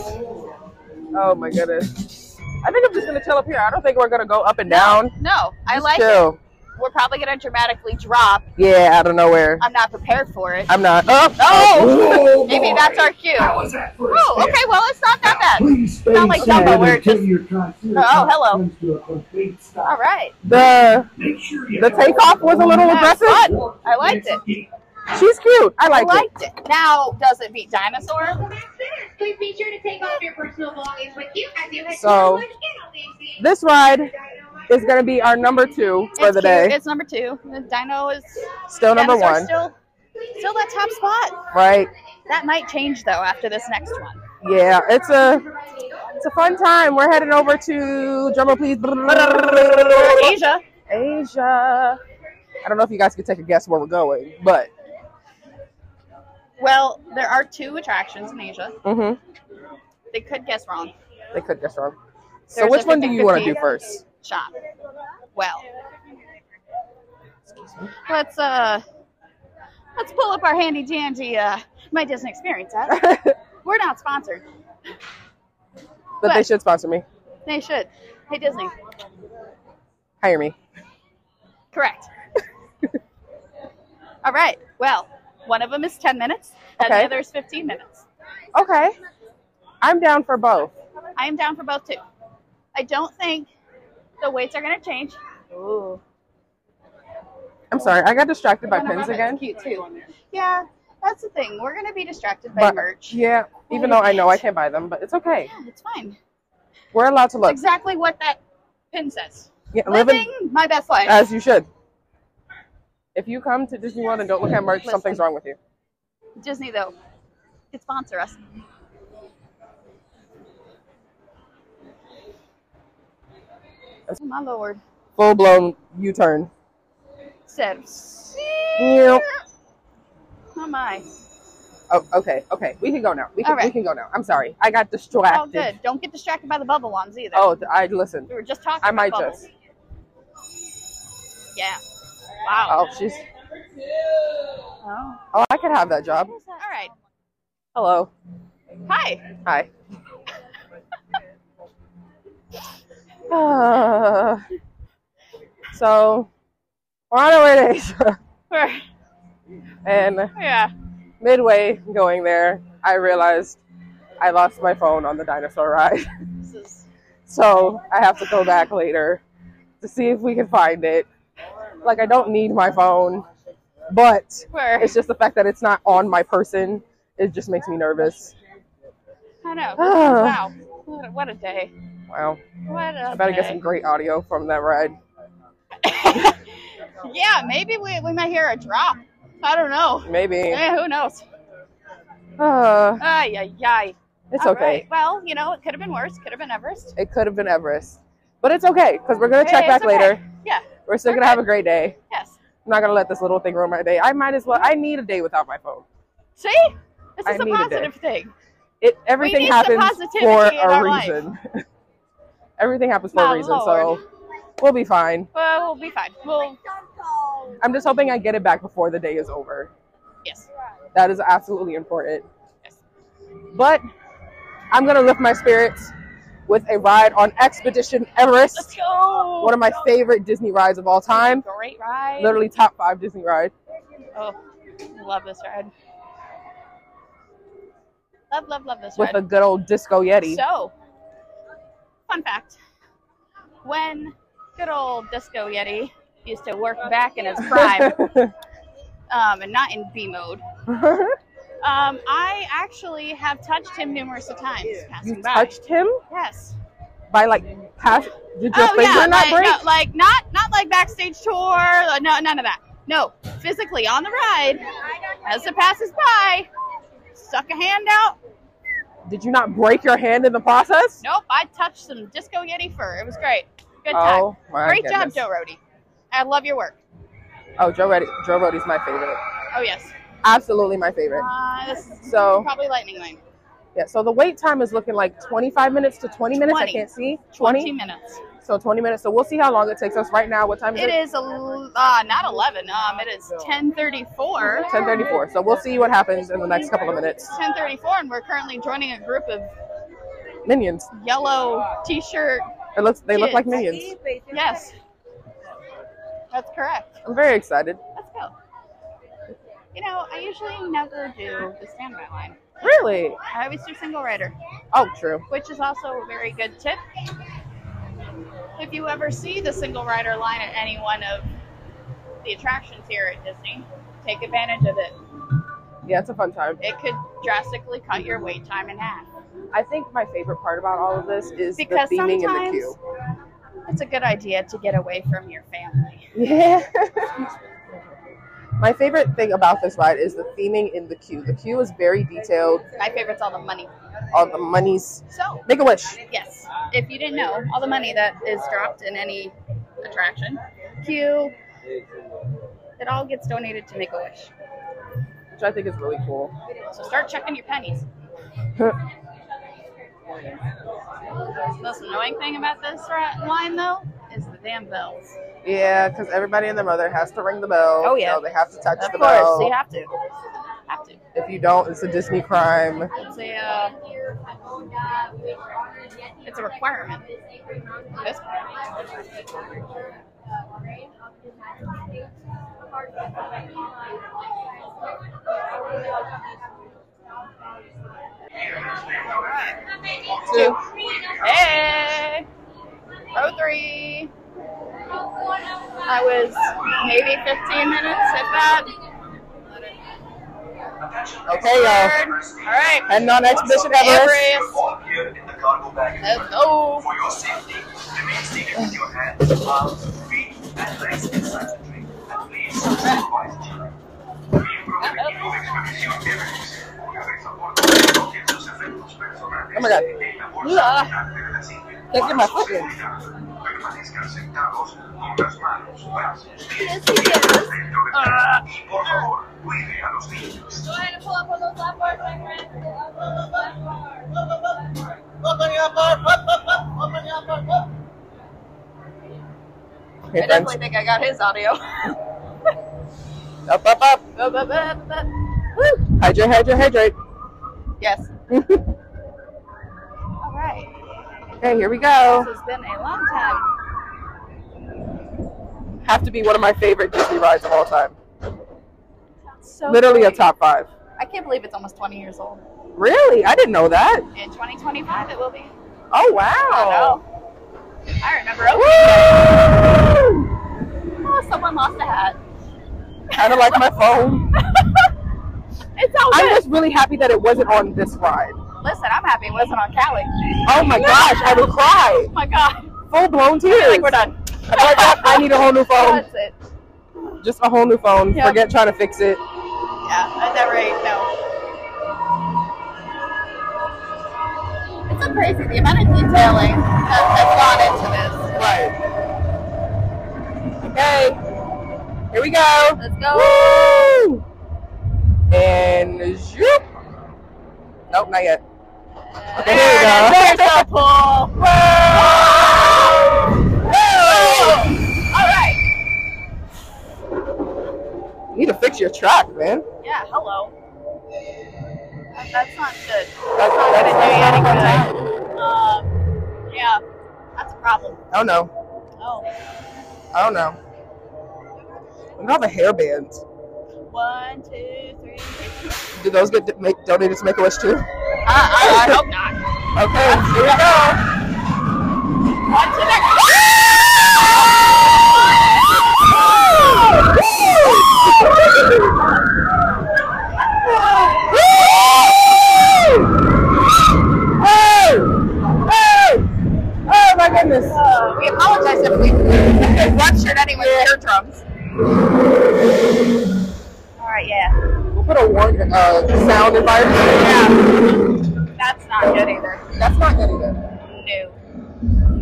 S1: Oh my goodness. I think I'm just gonna chill up here. I don't think we're gonna go up and down.
S2: No, I
S1: Just
S2: like it.
S1: chill.
S2: We're probably gonna dramatically drop.
S1: Yeah, out of nowhere.
S2: I'm not prepared for it.
S1: I'm not. Oh, oh!
S3: Oh,
S2: Maybe
S3: boy.
S2: that's our cue.
S3: How was that for a
S2: Oh,
S3: spin?
S2: okay. Well, it's not that bad.
S3: Please stay
S2: Not like
S3: seated
S2: Dumbo, where it
S3: until
S2: just-
S3: your considered
S2: Oh, hello.
S3: comes to a complete stop.
S2: All right.
S1: The
S3: Make sure you
S1: the takeoff was a little
S2: That was
S1: aggressive.
S2: fun. I liked it.
S7: Uh,
S1: She's cute. I
S2: I
S1: like it.
S2: liked it. Now, does it beat dinosaur?
S8: Please be sure to take off your personal belongings with you as you head
S1: So,
S8: to the one
S1: This ride is gonna be our number two for
S2: it's
S1: the
S2: cute.
S1: day.
S2: It's number two. The dino is
S1: Still number one,
S2: dinosaur's Still, still that top spot.
S1: right?
S2: That might change though after this next one.
S1: Yeah, it's a it's a fun time. We're headed over to drummer please.
S2: Asia.
S1: Asia. I don't know if you guys could take a guess where we're going, but
S2: Well, there are two attractions in Asia.
S1: mhm,
S2: They could guess wrong.
S1: they could guess wrong. So
S2: There's
S1: which
S2: a
S1: one do you want to do
S2: 50-50.
S1: first?
S2: Shop. Well. Let's uh let's pull up our handy dandy uh my Disney experience app.
S1: but
S2: We're not sponsored.
S1: they should sponsor me.
S2: They should. Hey Disney.
S1: Hire me.
S2: Correct. All right. Well, one of them is 10 minutes and
S1: Okay.
S2: the other is 15 minutes.
S1: Okay. I'm down for both.
S2: I am down for both too. I don't think the weights are going to change. Ooh.
S1: I'm sorry, I got distracted by pins again.
S2: Cute too. Yeah, that's the thing. We're going to be distracted by
S1: But-
S2: merch.
S1: Yeah, even though I know I can't buy them, but it's okay.
S2: Yeah, it's fine.
S1: We're allowed to
S2: It's
S1: look.
S2: exactly what that pin says.
S1: Yeah,
S2: Living
S1: living
S2: my best life.
S1: as you should. If you come to Disney World and don't look at merch,
S2: Listen.
S1: something's wrong with you.
S2: Disney though, could sponsor us. Oh my lord.
S1: Full blown U turn.
S2: Said,
S1: Yep.
S2: oh my.
S1: Oh, okay, okay. We can go now. We can,
S2: All right.
S1: we can go now. I'm sorry. I got
S2: Oh,
S1: distracted.
S2: good. Don't get distracted by the bubble ones either.
S1: Oh, th- I listen.
S2: we were just talking.
S1: I
S2: about
S1: might
S2: bubbles.
S1: just.
S2: Yeah. Wow.
S1: Oh, she's.
S2: Oh.
S1: Oh, I could have that job.
S2: All right.
S1: Hello.
S2: Hi.
S1: Hi. Uh, so, we're on our way to Asia,
S2: We're-
S1: and
S2: yeah.
S1: midway going there, I realized I lost my phone on the dinosaur ride.
S2: This is.
S1: So I have to go back later to see if we can find it. Like I don't need my phone, but
S2: We're,
S1: it's just the fact that it's not on my person. It just makes me nervous.
S2: I know.
S1: Ah.
S2: wow. What a, what a day.
S1: Wow.
S2: What a
S1: I better
S2: day.
S1: get some great audio from that ride.
S2: yeah. Maybe we we might hear a drop. I don't know.
S1: Maybe.
S2: Eh, who knows?
S1: Uh,
S2: Ay, ay, ay.
S1: it's
S2: All
S1: okay.
S2: right. Well, you know, it could have been worse. Could have been Everest.
S1: It could have been Everest. But it's okay because we're going to
S2: Hey,
S1: check back
S2: it's okay.
S1: later.
S2: Yeah.
S1: We're still
S2: We're
S1: going to have a great day.
S2: Yes.
S1: I'm not going to let this little thing ruin my day. I might as well. I need a day without my phone.
S2: See, this
S1: I
S2: is a
S1: needed it.
S2: positive thing.
S1: It everything
S2: need some
S1: happens
S2: positivity
S1: for
S2: in our
S1: a
S2: life.
S1: reason. everything happens for
S2: My
S1: a reason, so we'll be fine.
S2: Well, we'll be fine. Well,
S1: I'm just hoping I get it back before the day is over.
S2: yes.
S1: That is absolutely important.
S2: Yes.
S1: But I'm gonna lift my spirits with a ride on Expedition
S2: Let's
S1: Everest,
S2: go.
S1: one of my favorite Disney rides of all time.
S2: Great ride.
S1: Literally top five Disney ride.
S2: Oh, love this ride. Love, love, love this
S1: with a
S2: ride.
S1: good old disco yeti.
S2: so, fun fact: when good old Disco Yeti used to work back in his prime, um, and not in B mode, um, I actually have touched him numerous of times passing
S1: you
S2: by.
S1: touched him
S2: Yes. Oh,
S1: by like pass. Did your finger not
S2: like,
S1: break?
S2: No, like not not like backstage tour. like, No, none of that. No, physically on the ride, as it passes by, suck a hand out.
S1: Did you not break your hand in the process?
S2: Nope, I touched some Disco Yeti fur. It was great. Good time.
S1: Oh my
S2: great
S1: goodness.
S2: job, Joe Rody. I love your work.
S1: Oh, Joe Roddy. Joe Roddy's my favorite.
S2: Oh yes.
S1: Absolutely my favorite.
S2: Uh, this is
S1: So-
S2: probably lightning lane.
S1: Yeah. So the wait time is looking like 25 minutes to 20 minutes. I
S2: 20.
S1: can't see.
S2: 20
S1: 20.
S2: minutes.
S1: So 20 minutes. So we'll see how long it takes us. Right now, what time is
S2: It
S1: it?
S2: is a l- uh, not 11. Um, it is 10:34.
S1: 10:34. So we'll see what happens in the next couple of minutes.
S2: 10:34, and we're currently joining a group of
S1: Minions.
S2: yellow T-shirt.
S1: It looks. They look
S2: Kids.
S1: like minions.
S2: Yes. That's correct.
S1: I'm very excited.
S2: Let's go. You know, I usually never do the standby line.
S1: Really?
S2: I always do single rider,
S1: Oh, true.
S2: which is also a very good tip. If you ever see the single rider line at any one of the attractions here at Disney, take advantage of it.
S1: Yeah, it's a fun time.
S2: It could drastically cut your wait time in half.
S1: I think my favorite part about all of this is
S2: Because
S1: the theming and the
S2: sometimes-
S1: queue.
S2: It's a good idea to get away from your family.
S1: Yeah. My favorite thing about this ride is the theming in the queue. The queue is very detailed.
S2: My favorite's all the money.
S1: All the monies.
S2: So,
S1: Make a wish.
S2: yes, if you didn't know, all the money that is dropped in any attraction, queue, it all gets donated to Make a Wish.
S1: which I think is really cool.
S2: So start checking your pennies. The most annoying thing about this ri- line, though, is the damn bells.
S1: Yeah, because everybody and their mother has to ring the bell.
S2: Oh, yeah.
S1: So they have to touch
S2: Of
S1: the
S2: course,
S1: bell.
S2: you have to. Have to.
S1: If you don't, it's a Disney crime.
S2: It's a, uh,
S8: oh,
S2: it's a requirement. This
S8: uh,
S2: Two. Hey! Row three. I was maybe 15 minutes, if that.
S1: Okay, y'all.
S2: All right.
S1: Heading on Expedition Everest.
S2: Everest. Uh, oh.
S4: All gear in the cargo bag
S2: Let's go.
S4: For your safety, remain seated with your hands, arms, feet, and legs inside the drink. And please, supervise children. We improve with new expedition activities.
S1: Oh my God. Can't get my foot in.
S4: Permanezcan sentados con las manos, brazos y
S2: Yes, you get this.
S4: dentro del
S2: Ah.
S4: y por favor, cuide a los niños.
S9: Go ahead and pull up on those lap bars, my friend. Pull up on those lap bars.
S1: Hey,
S2: I
S1: friends.
S2: definitely think I got his audio.
S1: Up, up, up.
S2: Bup, bup, bup, bup.
S1: Hydrate, hydrate, hydrate.
S2: yes. All right.
S1: Okay, here we go.
S2: This has been a long time.
S1: Have to be one of my favorite Disney rides of all time.
S2: So
S1: Literally a
S2: great.
S1: top five.
S2: I can't believe it's almost 20 years old.
S1: Really? I didn't know that.
S2: In 2025, it will be.
S1: Oh,
S2: I
S1: wow.
S2: know. I remember. Oh,
S1: Woo!
S2: oh, someone lost a hat.
S1: Kind of like my phone.
S2: It's all
S1: I'm
S2: good.
S1: just really happy that it wasn't on this ride.
S2: Listen, I'm happy it wasn't on Cali.
S1: Oh my gosh, I would cry.
S2: Oh my god.
S1: Full blown
S2: I
S1: tears.
S2: think we're done.
S1: I'm like, "Oh, I need a whole new phone.
S2: That's it.
S1: Just a whole new phone.
S2: Yep.
S1: Forget trying to fix it.
S2: Yeah, at that rate, no. It's so crazy the amount of detailing that has gone into this.
S1: Right. Okay. Here we go.
S2: Let's go.
S1: Woo! And zoop. Nope, not yet. Okay, there we go.
S2: There's the pool. All right.
S1: You need to fix your track, man.
S2: Yeah. Hello. That- That's not good.
S1: That's
S2: Not gonna do you any
S1: that's-
S2: good. Um. Yeah. That's a problem.
S1: I don't know.
S2: Oh.
S1: I don't know. Look at all the hair bands.
S2: One, two, three.
S1: Do those get to make donated to Make a Wish too?
S2: Uh, I, I hope not.
S1: Okay, here we go.
S2: On to the next.
S1: Oh my goodness.
S2: Uh, we apologize if we ruptured anyone's eardrums. All right, yeah,
S1: We'll put a warning, uh, sound environment.
S2: yeah. That's not good either.
S1: That's not good either.
S2: No,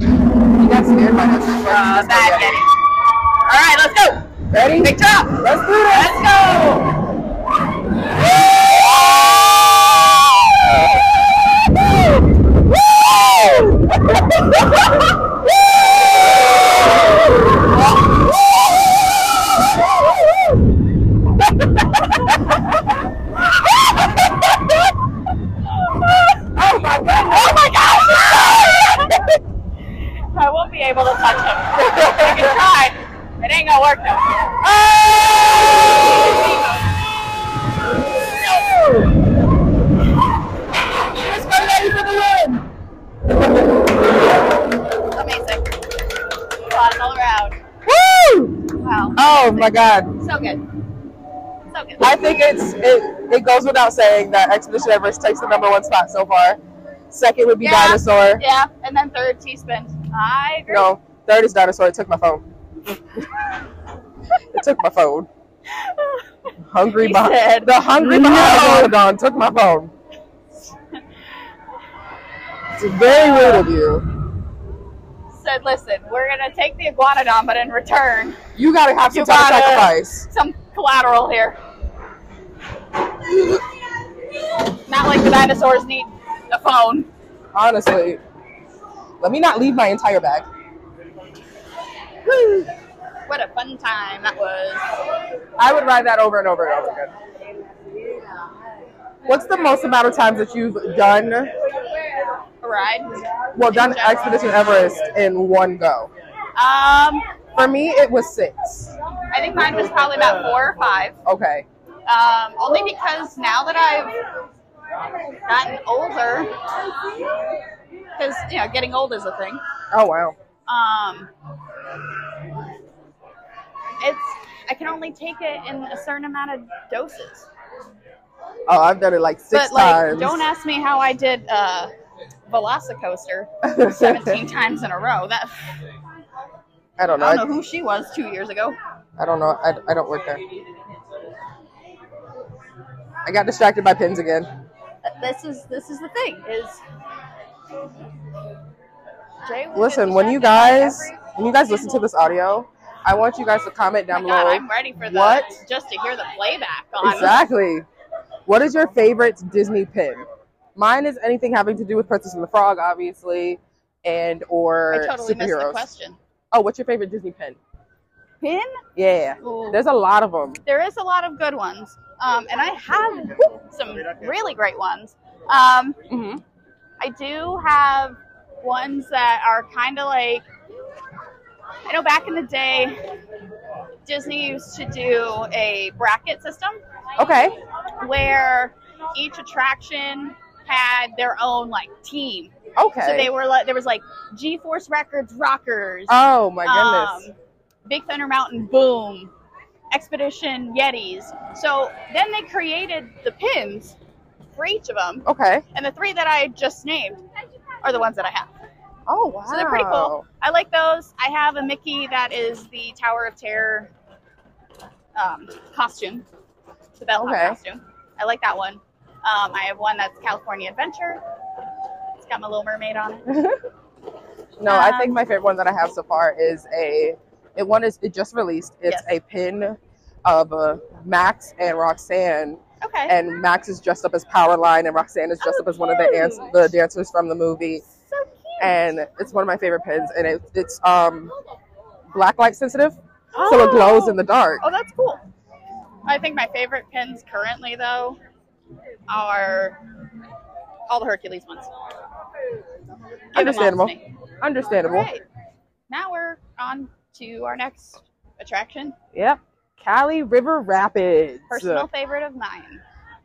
S1: You got scared by that.
S2: uh, bad Yeti. All right, let's go.
S1: Ready?
S2: Big job.
S1: Let's do this.
S2: Let's go.
S1: Oh Oh my god! Oh my god!
S2: I won't be able to touch him. I can try. It ain't gonna work though.
S1: Let's go, lady, for the win!
S2: It's amazing. Applause all around.
S1: Woo!
S2: Wow.
S1: Oh my god!
S2: So good. So good.
S1: I think it's it, it goes without saying that Expedition Everest takes the number one spot so far. Second would be
S2: Yeah.
S1: Dinosaur.
S2: Yeah, and then third T-spin. I agree.
S1: No, third is Dinosaur. It took my phone. it took my phone. Hungry
S2: He
S1: behind
S2: said,
S1: the hungry behind the Megalodon took my phone. It's very rude of you.
S2: Said, listen, we're gonna take the iguanodon, but in return,
S1: You gotta have some
S2: You
S1: type of
S2: gotta-
S1: sacrifice.
S2: some collateral here. Not like the dinosaurs need a phone.
S1: Honestly, let me not leave my entire bag.
S2: What a fun time that was.
S1: I would ride that over and over and over again. What's the most amount of times that you've done,
S2: A ride.
S1: well, done Expedition Everest in one go?
S2: Um,
S1: For me, it was six.
S2: I think mine was probably about four or five.
S1: Okay.
S2: Um, only because now that I've gotten older, because you know, getting old is a thing.
S1: Oh, wow.
S2: Um, it's I can only take it in a certain amount of doses.
S1: Oh, I've done it like six
S2: but like,
S1: times.
S2: don't ask me how I did uh, Velocicoaster seventeen times in a row. That
S1: I don't know.
S2: I don't know who she was two years ago.
S1: I don't know. I, I don't work there. I got distracted by pins again.
S2: This is this is the thing is. Jay will get
S1: Listen, when you
S2: distracted by
S1: guys
S2: every
S1: when you guys listen to this audio, I want you guys to comment
S2: Oh
S1: down
S2: my God,
S1: below.
S2: I'm ready for the
S1: What?
S2: just to hear the playback on.
S1: Exactly. What is your favorite Disney pin? Mine is anything having to do with Princess and the Frog, obviously, and
S2: I
S1: or
S2: totally missed the
S1: superheroes.
S2: question.
S1: oh, what's your favorite Disney pin?
S2: Pin?
S1: Yeah,
S2: Ooh.
S1: there's a lot of them.
S2: There is a lot of good ones, um, and I have some really great ones. Um,
S1: hmm
S2: I do have ones that are kind of like I know back in the day, Disney used to do a bracket system
S1: Okay.
S2: where each attraction had their own like team.
S1: Okay.
S2: So they were like there was like G-Force Records Rockers.
S1: oh my goodness.
S2: Um, Big Thunder Mountain Boom, Expedition Yetis. So then they created the pins for each of them,
S1: okay.
S2: and the three that I just named are the ones that I have.
S1: Oh wow.
S2: So they're pretty cool. I like those. I have a Mickey that is the Tower of Terror um, costume, the bellhop
S1: Okay.
S2: costume. I like that one. Um, I have one that's California Adventure. It's got my Little Mermaid on it.
S1: No, I
S2: Um,
S1: think my favorite one that I have so far is a. It one is it just released. It's
S2: Yes.
S1: a pin of uh, Max and Roxanne,
S2: Okay.
S1: and Max is dressed up as Powerline, and Roxanne is dressed
S2: Oh,
S1: up as one of the ans-
S2: cute.
S1: the dancers from the movie.
S2: so cute.
S1: And it's one of my favorite pins, and it, it's um black light sensitive, so it glows in the dark.
S2: Oh, that's cool. I think my favorite pins currently, though, are all the Hercules ones. Give them all to
S1: Understandable.
S2: me. All
S1: Understandable.
S2: right. Now we're on to our next attraction.
S1: Yep. Cali River Rapids.
S2: Personal favorite of mine.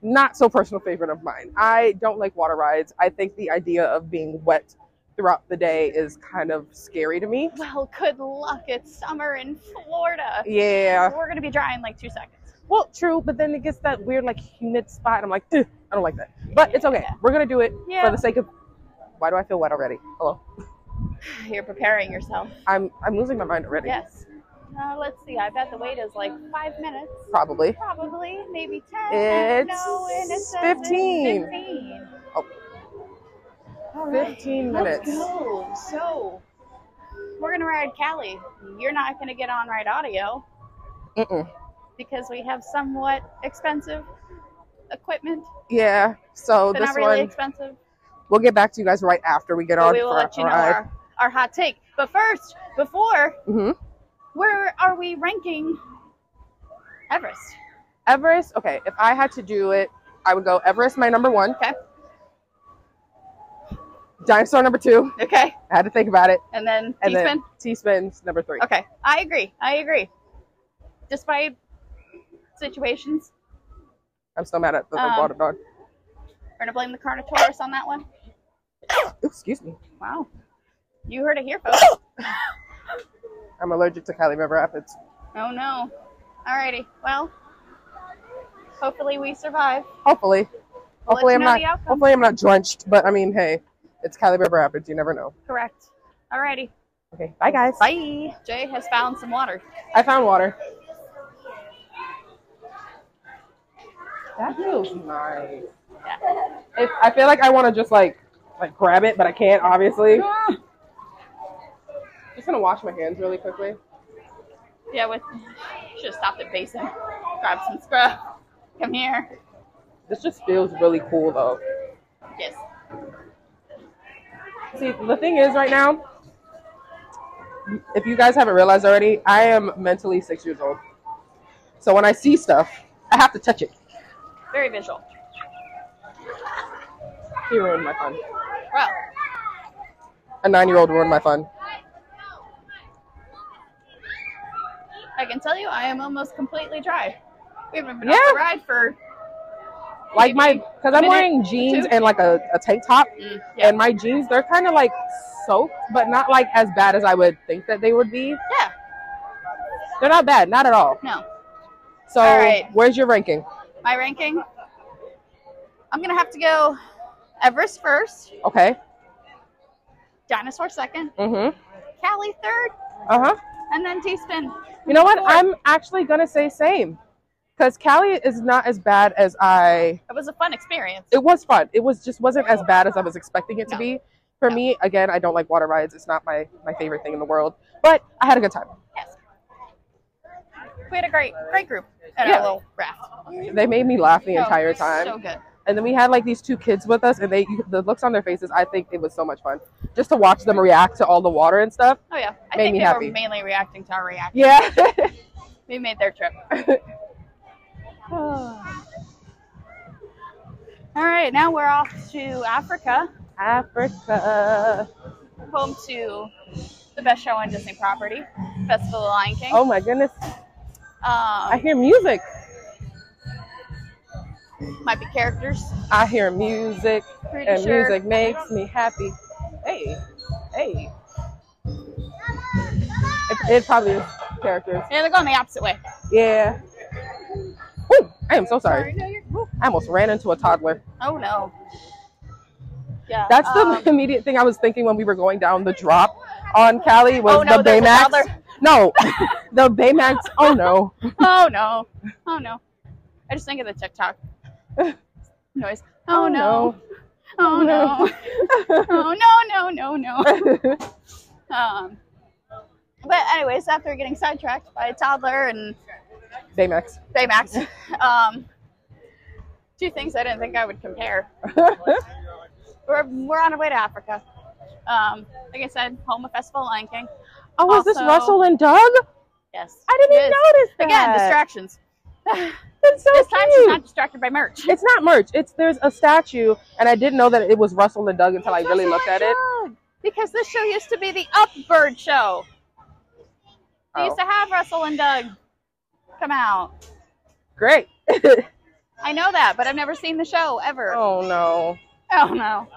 S1: not so personal favorite of mine. I don't like water rides. I think the idea of being wet throughout the day is kind of scary to me.
S2: Well, good luck. It's summer in Florida.
S1: Yeah.
S2: We're going to be dry in like two seconds.
S1: Well, true, but then it gets that weird like humid spot and I'm like, "Ugh, I don't like that. But it's okay. We're going to do it
S2: Yeah.
S1: for the sake of Why do I feel wet already? Hello.
S2: You're preparing yourself.
S1: I'm I'm losing my mind already.
S2: Yes. Uh, let's see. I bet the wait is like five minutes.
S1: Probably.
S2: Probably, maybe 10.
S1: It's
S2: no, and it says
S1: 15.
S2: It's 15.
S1: Oh.
S2: All right,
S1: 15
S2: let's
S1: minutes.
S2: go. So, we're going to ride Cali. You're not going to get on ride audio
S1: Mm-mm.
S2: because we have somewhat expensive equipment,
S1: Yeah. So
S2: but
S1: this
S2: not really
S1: one
S2: expensive.
S1: we'll get back to you guys right after we get
S2: But
S1: on
S2: we will
S1: for
S2: let you
S1: our
S2: know our, our hot take. But first, before,
S1: hmm
S2: where are we ranking Everest?
S1: Everest, okay, if I had to do it, I would go Everest my number 1.
S2: Okay.
S1: Dinosaur number 2.
S2: Okay.
S1: I had to think about it.
S2: And then
S1: And
S2: T-Spin?
S1: then T spins number three.
S2: Okay, I agree. I agree. Despite situations,
S1: I'm still mad at the, the
S2: Um,
S1: water dog.
S2: we're gonna blame the Carnotaurus on that one.
S1: Ooh, excuse me.
S2: Wow, you heard it here, folks.
S1: I'm allergic to Cali River Rapids.
S2: oh no. Alrighty. Well, hopefully we survive.
S1: Hopefully.
S2: We'll
S1: Hopefully
S2: let
S1: I'm
S2: you know
S1: not
S2: the outcome.
S1: hopefully I'm not drenched, but I mean hey, it's Cali River Rapids, you never know.
S2: Correct. Alrighty.
S1: Okay. Bye guys.
S2: Bye. Jay has found some water.
S1: I found water.
S10: That feels
S1: nice. If, I feel like I want to just like like grab it, but I can't obviously. Just gonna wash my hands really quickly.
S2: Yeah, with should have stopped at basic. Grab some scrub. Come here.
S1: This just feels really cool though.
S2: Yes.
S1: See, the thing is right now, if you guys haven't realized already, I am mentally six years old. So when I see stuff, I have to touch it.
S2: Very visual.
S1: He ruined my fun.
S2: Well,
S1: A nine year old ruined my fun.
S2: I can tell you, I am almost completely dry. We haven't been
S1: Yeah.
S2: off the ride for
S1: Like my, because I'm
S2: Minute
S1: wearing jeans
S2: two.
S1: and like a, a tank top,
S2: mm, yeah.
S1: and my jeans, they're kind of like soaked, but not like as bad as I would think that they would be.
S2: Yeah.
S1: They're not bad, not at all.
S2: No.
S1: So,
S2: All right.
S1: where's your ranking?
S2: My ranking. I'm gonna have to go Everest first,
S1: Okay.
S2: Dinosaur second,
S1: Mm hmm.
S2: Cali third,
S1: Uh huh.
S2: and then T-Spin.
S1: You know what?
S2: Four.
S1: I'm actually gonna say same, because Cali is not as bad as I.
S2: It was a fun experience.
S1: It was fun. It was just wasn't as bad as I was expecting it to
S2: No.
S1: be. For
S2: No.
S1: me, again, I don't like water rides. It's not my my favorite thing in the world, but I had a good time.
S2: We had a great, great group at
S1: Yeah.
S2: our little raft.
S1: They made me laugh the
S2: So-
S1: entire time,
S2: Oh, So good.
S1: and then we had like these two kids with us, and they the looks on their faces. I think it was so much fun just to watch them react to all the water and stuff.
S2: Oh yeah, I
S1: Made
S2: think
S1: me
S2: they
S1: happy.
S2: were mainly reacting to our reaction.
S1: Yeah,
S2: We made their trip. All right, now we're off to Africa,
S1: Africa.
S2: home to the best show on Disney property, Festival of the Lion King.
S1: Oh my goodness, I
S2: Um,
S1: hear music.
S2: might be characters.
S1: I hear music.
S2: Pretty
S1: and
S2: sure.
S1: music makes me happy. Hey, hey. It, it probably is characters.
S2: Yeah, they're going the opposite way.
S1: Yeah. Ooh, I am so sorry.
S2: No, you're- woo.
S1: I almost ran into a toddler.
S2: Oh no. Yeah.
S1: That's the
S2: um,
S1: immediate thing I was thinking when we were going down the drop on Cali was
S2: oh no,
S1: the
S2: there's a
S1: Baymax.
S2: toddler.
S1: no, the Baymax. Oh no.
S2: Oh no. Oh no. I just think of the TikTok noise. Oh, no. Oh no. oh no, no, no, no. Um but anyways, after getting sidetracked by a toddler and
S1: Baymax.
S2: Baymax, um two things I didn't think I would compare. We're we're on our way to Africa. Um, like I said, home of Festival Lion King.
S1: Oh, is this
S2: Also-
S1: Russell and Doug? I
S2: Yes.
S1: didn't
S2: it is.
S1: notice that.
S2: Again, distractions.
S1: That's so
S2: this time she's
S1: cute.
S2: not distracted by merch.
S1: It's not merch. It's there's a statue, and I didn't know that it was Russell and Doug until I really looked at it.
S2: Because this show used to be the Upbird show. They
S1: Oh,
S2: used to have Russell and Doug come out.
S1: great.
S2: I know that, but I've never seen the show ever. Oh,
S1: Oh no.
S2: no.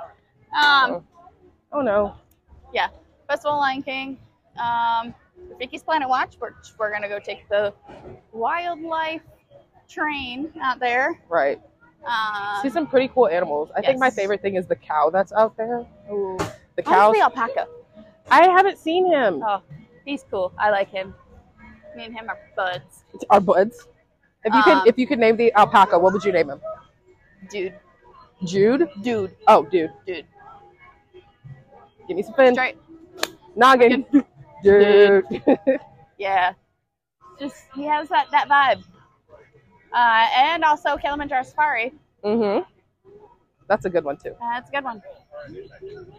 S2: Um,
S1: Oh no.
S2: Festival of Lion King. Um, Vicky's Planet Watch. We're, we're gonna go take the wildlife train out there.
S1: Right.
S2: Um,
S1: See some pretty cool animals. I think my
S2: yes.
S1: favorite thing is the cow that's out there.
S2: ooh.
S1: The cow.
S2: How's the alpaca?
S1: I haven't seen him.
S2: Oh, he's cool. I like him. Me and him are buds,
S1: Our buds. If you
S2: Um,
S1: could, if you could name the alpaca, what would you name him?
S2: dude.
S1: Jude.
S2: Dude,
S1: Oh, dude.
S2: dude.
S1: Give me some fin.
S2: Right.
S1: Noggin. Dude.
S2: Yeah. Just he has that that vibe. Uh, and also Kilimanjaro Safari.
S1: mhm. That's a good one too.
S2: Uh, that's a good one. We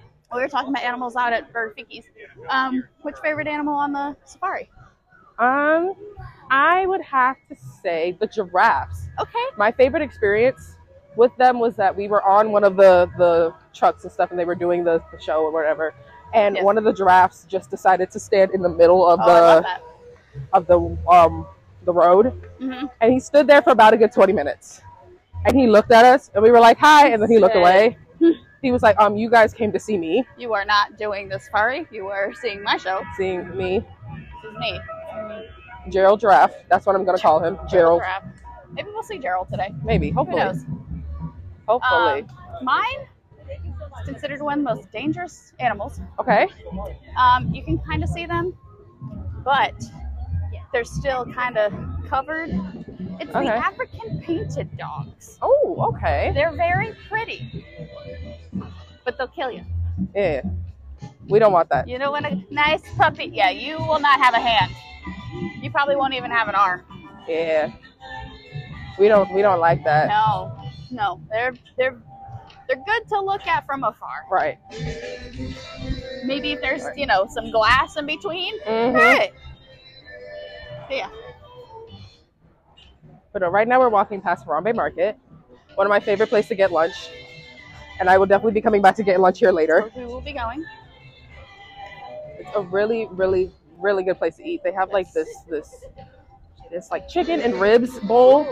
S2: were talking about animals out at Bird Fickies. Um, what's your favorite animal on the safari?
S1: Um, I would have to say the giraffes.
S2: Okay. Oh,
S1: my favorite experience with them was that we were on one of the the trucks and stuff and they were doing the, the show or whatever and
S2: Yes.
S1: one of the giraffes just decided to stand in the middle of
S2: Oh, I love
S1: the
S2: that.
S1: of the um the road
S2: hmm
S1: and he stood there for about a good 20 minutes and he looked at us and we were like hi and then he looked
S2: Sick.
S1: away he was like um you guys came to see me
S2: You are not doing the safari. You are seeing my show.
S1: seeing me
S2: This is me.
S1: gerald giraffe that's what i'm gonna call him gerald
S2: Crap. Maybe we'll see Gerald today.
S1: maybe
S2: Who
S1: hopefully
S2: knows?
S1: hopefully
S2: Um, mine is considered one of the most dangerous animals.
S1: okay
S2: Um, you can kind of see them, but they're still kind of covered It's
S1: Okay.
S2: the African painted dogs.
S1: Oh, okay.
S2: They're very pretty, but they'll kill you.
S1: Yeah. We don't want that.
S2: You know what? A nice puppy. Yeah, you will not have a hand. You probably won't even have an arm.
S1: Yeah. We don't we don't like that.
S2: No, no, they're they're they're good to look at from afar.
S1: Right.
S2: Maybe if there's you know some glass in between.
S1: hmm
S2: Right. Yeah.
S1: But uh, right now we're walking past Harambe Market, one of my favorite places to get lunch. And I will definitely be coming back to get lunch here later.
S2: So we will be going.
S1: It's a really, really, really good place to eat. They have like this this this like chicken and ribs bowl.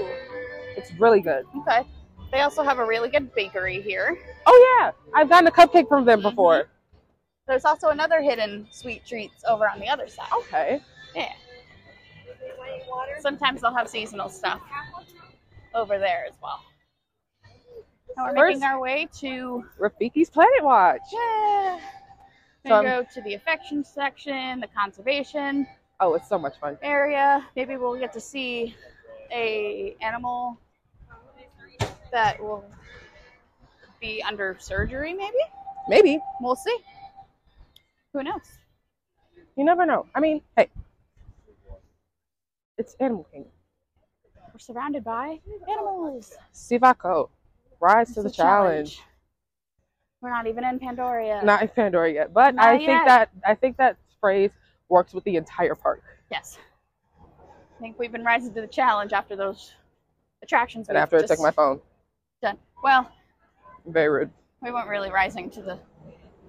S1: It's really good.
S2: Okay. They also have a really good bakery here.
S1: Oh yeah. I've gotten a cupcake from them before.
S2: There's also another hidden sweet treats over on the other side.
S1: Okay.
S2: Yeah. Sometimes they'll have seasonal stuff over there as well. Now we're making
S1: First-
S2: our way to
S1: Rafiki's Planet Watch.
S2: yeah.
S1: So
S2: Gonna
S1: I'm-
S2: go to the affection section, the conservation
S1: Oh, it's so much fun.
S2: area. Maybe we'll get to see a animal that will be under surgery. Maybe
S1: Maybe.
S2: we'll see. Who knows?
S1: You never know. I mean, hey. It's Animal Kingdom.
S2: We're surrounded by animals.
S1: Sivako. Rise to the
S2: It's a challenge.
S1: challenge.
S2: We're not even in Pandora yet.
S1: not in Pandora yet, but
S2: Not
S1: I think
S2: yet.
S1: that I think that phrase works with the entire park.
S2: Yes. I think we've been rising to the challenge after those attractions.
S1: And
S2: we've
S1: after I took
S2: just
S1: my phone,
S2: done. Well,
S1: very rude.
S2: we weren't really rising to the,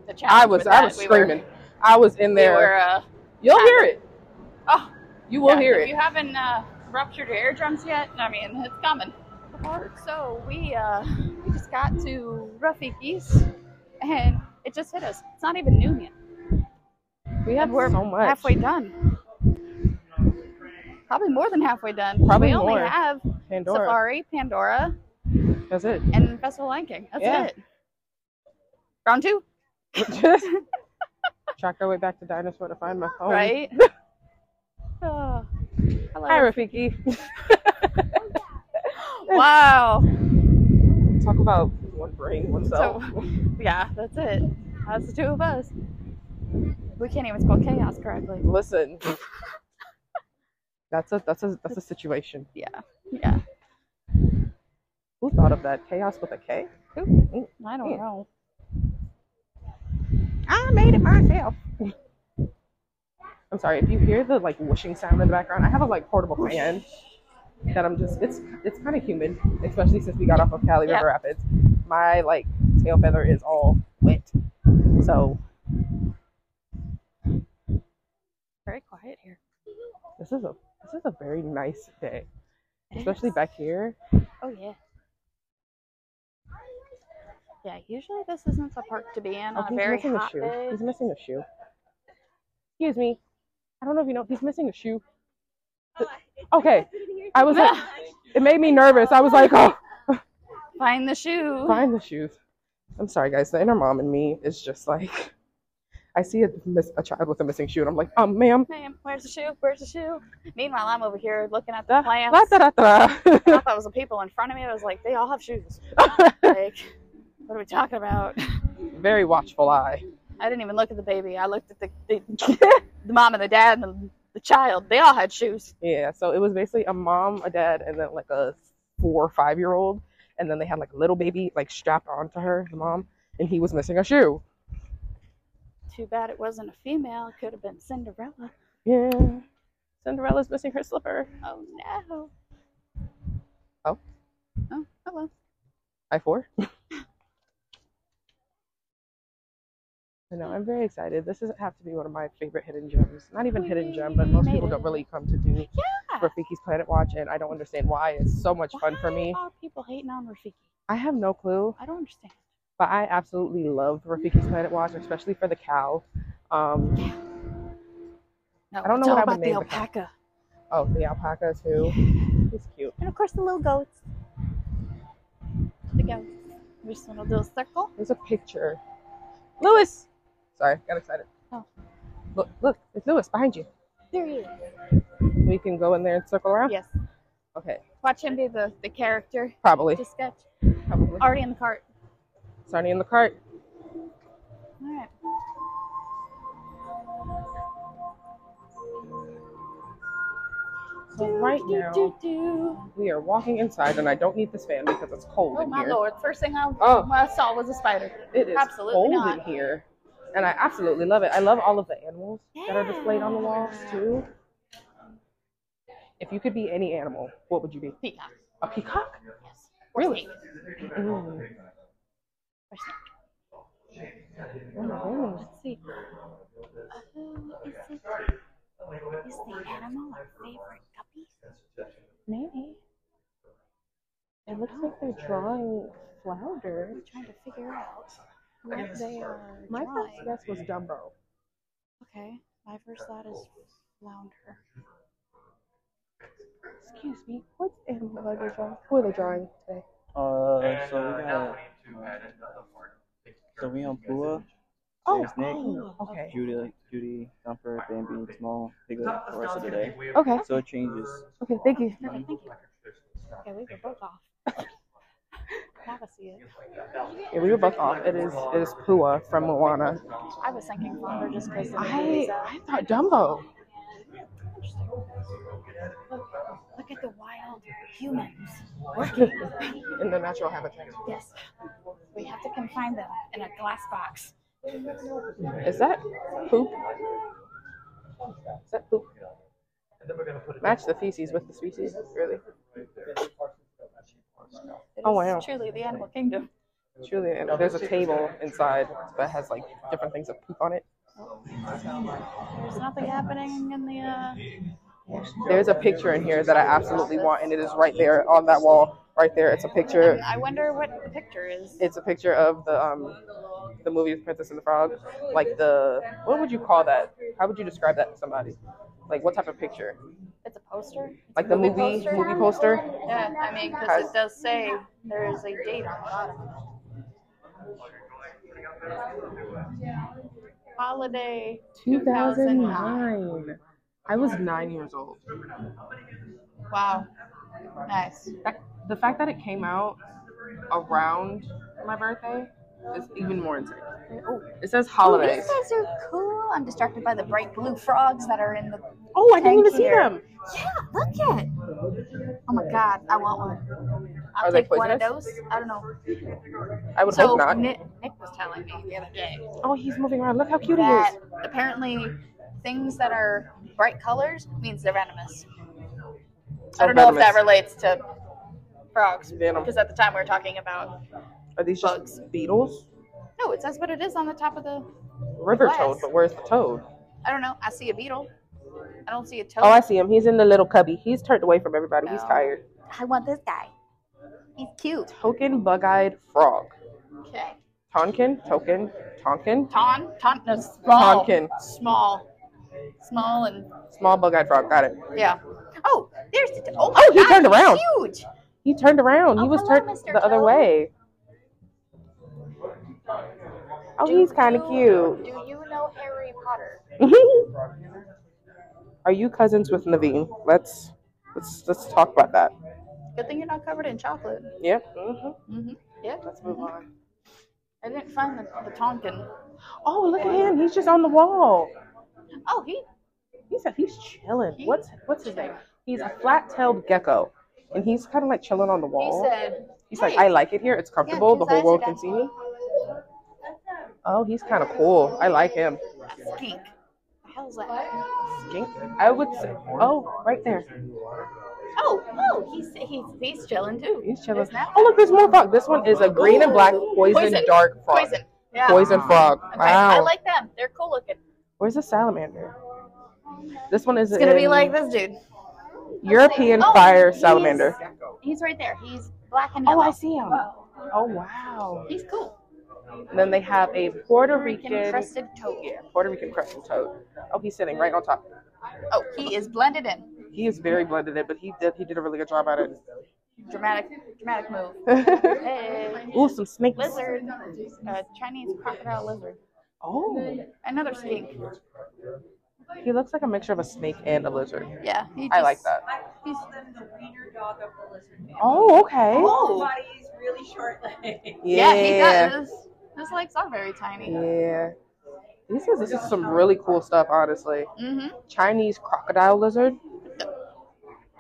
S2: the challenge.
S1: I was
S2: with
S1: I
S2: that.
S1: was
S2: We were-
S1: screaming. I was in
S2: We
S1: there.
S2: were, uh,
S1: You'll hear it.
S2: oh,
S1: You will
S2: yeah,
S1: hear
S2: If
S1: it.
S2: you haven't uh, ruptured your eardrums yet, I mean, it's coming. So we uh, we just got to Rafiki's, and it just hit us. It's not even noon yet.
S1: We have
S2: we're
S1: so much.
S2: halfway done. Probably more than halfway done.
S1: Probably
S2: we only
S1: more.
S2: have
S1: Pandora.
S2: Safari, Pandora,
S1: That's it.
S2: and Festival of Lion King. That's
S1: Yeah.
S2: it. Round two,
S1: Track our way back to Dinosaur to find my phone.
S2: right? Oh, I love
S1: Hi,
S2: it.
S1: Rafiki.
S2: wow.
S1: Talk about one brain, one
S2: So,
S1: cell.
S2: yeah, that's it. That's the two of us. We can't even spell chaos correctly.
S1: Listen. That's a that's a that's a situation.
S2: Yeah,
S1: Who thought of that? Chaos with a K?
S2: I don't
S1: Yeah.
S2: know.
S1: I made it myself. I'm sorry if you hear the like whooshing sound in the background. I have a like portable fan that I'm just it's it's kind of humid, especially since we got off of Cali
S2: Yeah.
S1: River Rapids. My like tail feather is all wet, so
S2: Very quiet here.
S1: this is a this is a very nice day,
S2: It
S1: especially
S2: is.
S1: back here.
S2: Oh yeah. Yeah, usually this isn't the park to be in
S1: Oh,
S2: on a
S1: he's
S2: very
S1: missing a
S2: hot
S1: shoe.
S2: day.
S1: He's missing a shoe. Excuse me. I don't know if you know. He's missing a shoe.
S2: Oh,
S1: Okay. I was like, it made me nervous. I was like, oh.
S2: Find the shoe.
S1: find the shoes. I'm sorry, guys. The inner mom in me is just like, I see a, miss, a child with a missing shoe, and I'm like, um, ma'am.
S2: Ma'am, where's the shoe? Where's the shoe? Meanwhile, I'm over here looking at the
S1: Da-
S2: plants.
S1: da- da- da-
S2: I
S1: da.
S2: thought that was the people in front of me. I was like, they all have shoes. Like, what are we talking about?
S1: Very watchful eye.
S2: I didn't even look at the baby. I looked at the the, the mom and the dad and the, the child. They all had shoes.
S1: Yeah. So it was basically a mom, a dad, and then like a four or five year old, and then they had like a little baby like strapped onto her, the mom, and he was missing a shoe.
S2: Too bad it wasn't a female. It could have been Cinderella.
S1: Yeah. Cinderella's missing her slipper.
S2: Oh no.
S1: Oh.
S2: Oh, hello.
S1: I four. I know. I'm very excited. This is have to be one of my favorite hidden gems. Not even hidden gem, but most
S2: We
S1: people
S2: made
S1: don't
S2: it.
S1: really come to do
S2: Yeah.
S1: Rafiki's Planet Watch, and I don't understand why. It's so much fun for
S2: Why
S1: me.
S2: Are people hating on Rafiki?
S1: I have no clue,
S2: I don't understand.
S1: but I absolutely love Rafiki's Planet Watch, especially for the cow. Um,
S2: No,
S1: I don't
S2: it's
S1: know
S2: all
S1: what I would
S2: about the
S1: name the cat.
S2: alpaca.
S1: oh, the alpaca too. It's cute.
S2: And of course, the little goats. The goats. We just want to do a circle.
S1: There's a picture. Lewis. Sorry, got excited.
S2: Oh.
S1: Look, look, it's Lewis behind you.
S2: There he is.
S1: We can go in there and circle around.
S2: Yes.
S1: Okay,
S2: Watch him be the, the character
S1: probably.
S2: to sketch.
S1: Probably.
S2: Already in the cart.
S1: It's already in the cart.
S2: All right.
S1: So right now we are walking inside, and I don't need this fan because it's cold
S2: Oh
S1: in
S2: my
S1: here.
S2: lord! First thing I,
S1: Oh.
S2: I saw was a spider.
S1: It is
S2: Absolutely
S1: cold
S2: not.
S1: in here, and I absolutely love it. I love all of the animals that are displayed on the walls too. If you could be any animal, what would you be?
S2: Peacock.
S1: A peacock?
S2: Yes.
S1: Really?
S2: Snake.
S1: Mm.
S2: Or snake.
S1: Mm.
S2: Let's see. Uh, who is it? Is the animal our favorite guppy?
S1: Maybe. It looks like they're drawing flounder.
S2: We're trying to figure out what they are
S1: My first
S2: drawing.
S1: guess was Dumbo.
S2: Okay, my first thought is flounder.
S1: Excuse me, what animal are they drawing? Who are they drawing today?
S11: Uh, so we got so we on Pua,
S1: Oh,
S11: There's Nick.
S1: oh, okay.
S11: Judy, Judy, Dumper, Bambi, and Small. They go for us today.
S1: Okay.
S11: So it changes.
S1: Okay, thank you.
S2: Okay, thank you. Okay, we were both off. now I see it.
S1: Yeah, we were both off. It is it is Pua from Moana.
S2: I was thinking flounder just because the name
S1: I
S2: is up.
S1: I thought Dumbo.
S2: Interesting. Look, look at the wild humans.
S1: Working in the natural habitat.
S2: Yes. We have to confine them in a glass box.
S1: Is that poop? Is that poop? Match the feces with the species, really?
S2: It
S1: Oh,
S2: is
S1: wow.
S2: Truly the animal kingdom.
S1: Truly, and there's a table inside that has like different things of poop on it.
S2: There's nothing happening in the. Uh...
S1: There's a picture in here that I absolutely want, and it is right there on that wall, right there. It's a picture.
S2: I wonder what the picture is.
S1: It's a picture of the um, the movie Princess and the Frog, like the what would you call that? How would you describe that to somebody? Like what type of picture?
S2: It's a poster.
S1: Like the movie movie poster?
S2: Yeah, I mean, because it does say there is a date on the bottom. Holiday 2009.
S1: I was nine years old.
S2: Wow. Nice.
S1: The fact that it came out around my birthday is even more insane. Oh, It says holidays.
S2: These guys are cool. I'm distracted by the bright blue frogs that are in the.
S1: Oh, I didn't
S2: Thank
S1: even see
S2: you.
S1: them.
S2: Yeah, look at. Oh my god, I want one. I'll
S1: Are they
S2: take one of
S1: poisonous?
S2: those. I don't know.
S1: I would
S2: So
S1: hope not.
S2: Nick, Nick was telling me the other day
S1: Oh, he's moving around. Look how cute he
S2: that
S1: is.
S2: apparently things that are bright colors means they're venomous. I
S1: Oh,
S2: don't know if that
S1: venomous.
S2: relates to frogs
S1: Venom.
S2: because at the time we were talking about
S1: Are these just
S2: bugs.
S1: beetles?
S2: no, it says what it is on the top of the.
S1: River
S2: Glass.
S1: toad, but where's the toad?
S2: I don't know. I see a beetle. I don't see a toad.
S1: Oh, I see him. He's in the little cubby. He's turned away from everybody. He's
S2: Oh.
S1: tired.
S2: I want this guy. He's cute.
S1: Token bug-eyed frog.
S2: Okay.
S1: Tonkin, token, Tonkin,
S2: Ton, ton, no, small,
S1: Tonkin.
S2: small, small, and
S1: small bug-eyed frog. Got it.
S2: yeah. Oh, there's the. Oh, my
S1: Oh, he
S2: God,
S1: turned
S2: he's
S1: around.
S2: Huge.
S1: He turned around. He
S2: Oh,
S1: was
S2: hello,
S1: turned
S2: Mr.
S1: the other
S2: Toad.
S1: way. Oh, he's kind of
S2: you-
S1: cute.
S2: Do you know Harry Potter?
S1: Are you cousins with Naveen? Let's let's let's talk about that.
S2: Good thing you're not covered in chocolate.
S1: Yeah. hmm
S2: Mm-hmm. Yeah.
S1: Let's move on.
S2: I didn't find the, the Tonkin.
S1: Oh, look at him. He's just on the wall.
S2: Oh, he.
S1: He's a, he's chilling. What's what's his name? He's a flat-tailed gecko, and he's kind of like chilling on the
S2: He
S1: wall.
S2: said.
S1: He's like,
S2: "Hey."
S1: I like it here. It's comfortable. the
S2: his
S1: whole
S2: eyes
S1: world
S2: are
S1: can
S2: down.
S1: see me. Oh, he's kind of cool. I like him.
S2: Skink. The hell's that?
S1: Skink. I would say. Oh, right there.
S2: Oh, oh, he's he's he's chilling too.
S1: He's chilling.
S2: There's that
S1: Oh, look, there's more frog. This one is a green and black poison,
S2: Poison.
S1: dark frog.
S2: Poison. Yeah.
S1: Poison frog.
S2: Okay, I
S1: Wow.
S2: like them. They're cool looking.
S1: Where's the salamander? This one is
S2: It's gonna be
S1: in
S2: like this dude.
S1: European
S2: Oh,
S1: fire
S2: he's-
S1: salamander.
S2: He's right there. He's black and
S1: Oh,
S2: yellow.
S1: I see him. Oh, wow.
S2: He's cool.
S1: And then they have a Puerto
S2: Rican
S1: Rican.
S2: crested toad.
S1: Yeah, Puerto Rican crested toad. Oh, he's sitting right on top.
S2: Oh, he is blended in.
S1: He is very blended in, but he did he did a really good job at
S2: Dramatic, dramatic move.
S1: it.
S2: Hey,
S1: Ooh, some snakes.
S2: lizard. A Chinese crocodile lizard.
S1: Oh,
S2: Another skink.
S1: he looks like a mixture of a snake and a lizard.
S2: Yeah. He
S1: I like
S2: just-
S1: that.
S2: He's
S12: dog of the lizard family.
S1: Oh, okay.
S12: Long bodies, really short legs.
S2: Oh.
S1: Yeah.
S2: Yeah, he does. His, his legs are very tiny.
S1: Yeah. These guys, this is some really cool stuff, honestly.
S2: Mm-hmm.
S1: Chinese crocodile lizard.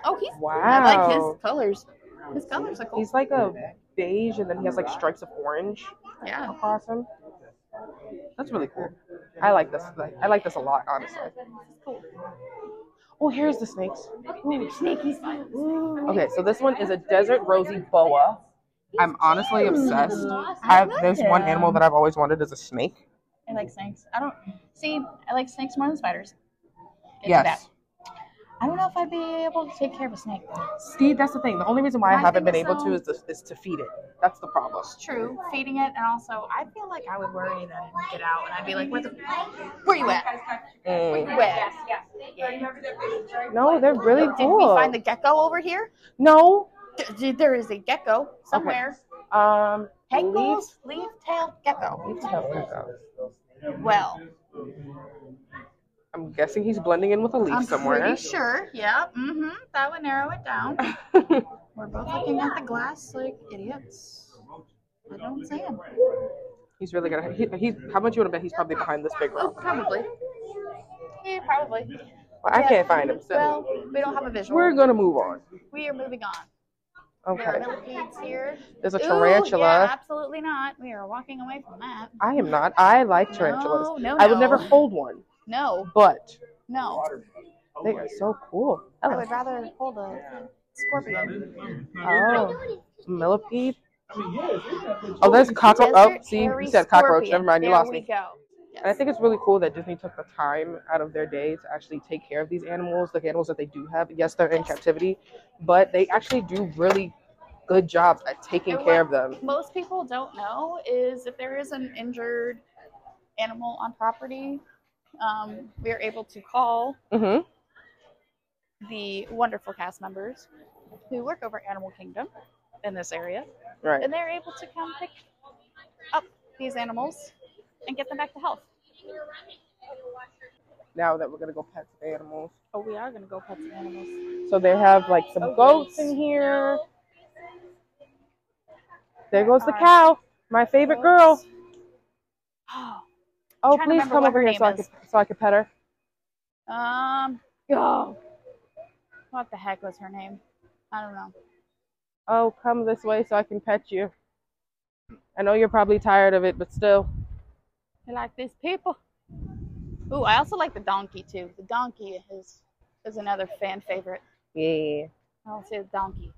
S2: Oh, he's.
S1: Wow.
S2: I like his colors. His colors are cool.
S1: He's like a beige, and then he has like stripes of orange
S2: yeah.
S1: across him. That's really cool. I like this. thing. I like this a lot, honestly. Oh, here's the snakes. Okay, so this one is a desert rosy boa. I'm honestly obsessed. I, there's one animal that I've always wanted is a snake.
S2: I like snakes. I don't see. I like snakes more than spiders. Get to that.
S1: Yes.
S2: I don't know if I'd be able to take care of a snake though.
S1: See, that's the thing. The only reason why I
S2: I
S1: haven't
S2: think
S1: been able
S2: so.
S1: to is to, is to feed it. That's the problem.
S2: It's true, feeding it, and also I feel like I would worry that I'd get out, and I'd be like, "What the? Where you
S12: You guys
S2: at?
S12: got
S1: Mm.
S2: Where?
S12: Yes, yes. I remember that fish very
S1: No, they're really
S2: Did we
S1: cool.
S2: find the gecko over here?
S1: No.
S2: D- d- There is a gecko somewhere.
S1: Um. leaf- Oh.
S2: Heckles, leaf-tailed gecko.
S1: leaf tail gecko.
S2: Well,
S1: I'm guessing he's blending in with a leaf
S2: I'm
S1: somewhere.
S2: pretty sure. Yeah. Mm-hmm. That would narrow it down. We're both looking at the glass like idiots. I don't see him.
S1: He's really gonna. He, he's. How much you want to bet he's probably behind this big
S2: Oh,
S1: rock?
S2: probably. Yeah, probably.
S1: Well, I
S2: Yeah.
S1: can't find him. So
S2: Well, we don't have a visual.
S1: we're gonna move on.
S2: We are moving on. There
S1: Okay.
S2: are millipedes here.
S1: There's a
S2: Ooh, yeah,
S1: tarantula.
S2: absolutely not. We are walking away from that.
S1: I am not. I like tarantulas.
S2: No, no,
S1: I would
S2: no.
S1: never hold one,
S2: No,
S1: but
S2: no.
S1: they are so cool.
S2: I would rather hold a scorpion.
S1: Oh, millipede. Oh, there's cockroach. Oh,
S2: Desert
S1: see,
S2: hairy
S1: you said cockroach.
S2: scorpion.
S1: Never mind, you
S2: There
S1: lost
S2: we
S1: me.
S2: Go.
S1: And I think it's really cool that Disney took the time out of their day to actually take care of these animals, the animals that they do have. Yes, they're in captivity, but they actually do really good jobs at taking
S2: And
S1: care of them.
S2: Most people don't know is if there is an injured animal on property, um, we are able to call
S1: hmm
S2: the wonderful cast members who work over Animal Kingdom in this area,
S1: Right.
S2: and they're able to come pick up these animals and get them back to health.
S1: Now that we're gonna go pets and animals,
S2: Oh, we are going to go pet some animals.
S1: so they have like some
S2: Oh,
S1: goats
S2: yes.
S1: in here. There goes the
S2: are
S1: cow, my favorite girl.
S2: Oh,
S1: Oh,
S2: trying to
S1: please
S2: remember
S1: come
S2: what
S1: over
S2: her
S1: here so I
S2: name
S1: can
S2: is.
S1: so I can pet her.
S2: um, oh, what the heck was her name? I don't know.
S1: Oh, come this way so I can pet you. I know you're probably tired of it, but still.
S2: I like these people. Ooh, I also like the donkey too. The donkey is is another fan favorite.
S1: Yeah.
S2: I'll say the donkey.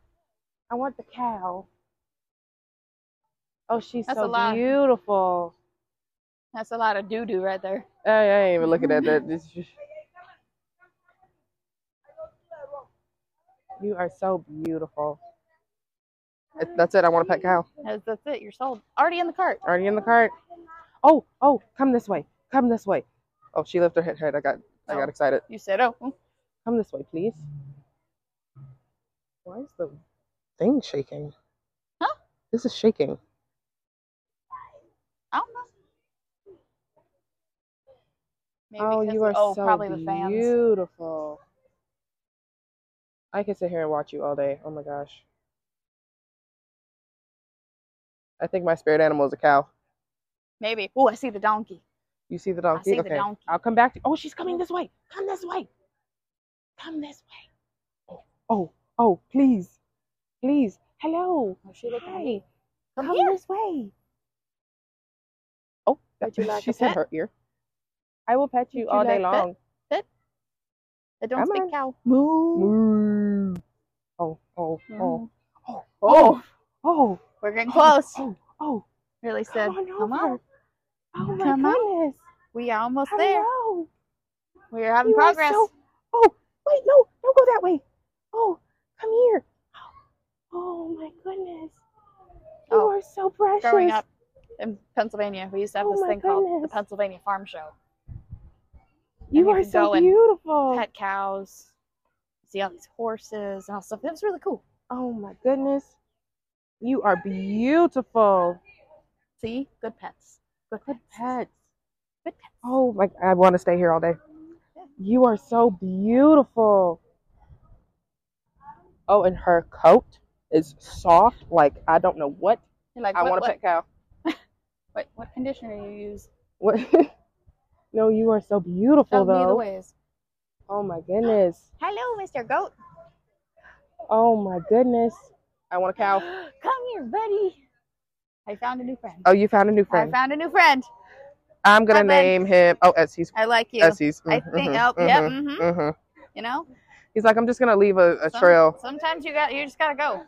S1: I want the cow. Oh, she's
S2: That's a
S1: so
S2: lot.
S1: beautiful.
S2: That's a lot of doo doo right there.
S1: I, I ain't even looking at that. This is- you are so beautiful. It- That's it. I want a pet cow.
S2: That's, that's it. You're sold. Already in the cart.
S1: Already in the cart. Oh, oh, come this way. Come this way. Oh, she lifted her head. I got, I
S2: Oh.
S1: got excited.
S2: You said, oh, mm,
S1: Come this way, please. Why is the thing shaking?
S2: Huh?
S1: This is shaking.
S2: I don't know. Maybe
S1: oh,
S2: 'cause-
S1: you are
S2: oh,
S1: so
S2: probably the fans.
S1: beautiful. I could sit here and watch you all day. Oh my gosh. I think my spirit animal is a cow.
S2: Maybe. Oh, I see the donkey.
S1: You see the donkey?
S2: see the
S1: okay.
S2: donkey.
S1: I'll come back to Oh, she's coming this way. Come this way. Come this way. Oh, oh, please. Please. Hello.
S2: Oh, she looking at
S1: Hi.
S2: me.
S1: Come,
S2: here.
S1: this way. Oh,
S2: Would you like
S1: she
S2: a
S1: said
S2: pet?
S1: her ear. I will pet you
S2: Would you
S1: all day
S2: like pet?
S1: long.
S2: I don't
S1: Come
S2: speak
S1: on.
S2: cow.
S1: Moo. Oh, oh, oh,
S2: Mm.
S1: oh, oh, oh,
S2: We're getting close.
S1: Oh, oh,
S2: Really said,
S1: come on
S2: come
S1: over.
S2: on.
S1: Oh my
S2: Come on.
S1: goodness.
S2: We are almost there.
S1: Hello.
S2: We are having
S1: You are
S2: progress.
S1: so- Oh, wait, no, don't go that way. Oh, come here. Oh my goodness. You
S2: Oh.
S1: are so precious.
S2: growing up in Pennsylvania, we used to have
S1: Oh
S2: this
S1: my
S2: thing called the
S1: goodness.
S2: Pennsylvania Farm Show.
S1: you
S2: and
S1: are
S2: you can
S1: so
S2: go and
S1: beautiful.
S2: Pet cows, see all these horses and all stuff. It was really cool.
S1: Oh my goodness. You are beautiful.
S2: See, good pets. Good pets.
S1: Pets.
S2: Good pets.
S1: Oh my, I want to stay here all day. You are so beautiful. Oh, and her coat is soft. Like I don't know what.
S13: You're like,
S1: I
S13: what,
S1: want a
S13: what,
S1: pet cow.
S13: what, what conditioner do you use?
S1: What? no, you are so
S13: That
S1: beautiful
S13: would be the
S1: though.
S13: ways.
S1: Oh my goodness.
S13: Hello, Mr. Goat.
S1: Oh my goodness. I want a cow.
S13: Come here, buddy. I found a new friend.
S1: Oh, you found a new friend.
S13: I found a new friend.
S1: I'm gonna
S13: I meant-
S1: name him. Oh, Essie's.
S13: I like you.
S1: Essie's.
S13: I
S1: Mhm,
S13: think.
S1: mhm,
S13: oh, yep.
S1: mhm,
S13: hmm
S1: mhm.
S13: You know,
S1: He's like, I'm just gonna leave a, a
S13: Some-
S1: trail.
S13: Sometimes you got. You just gotta go.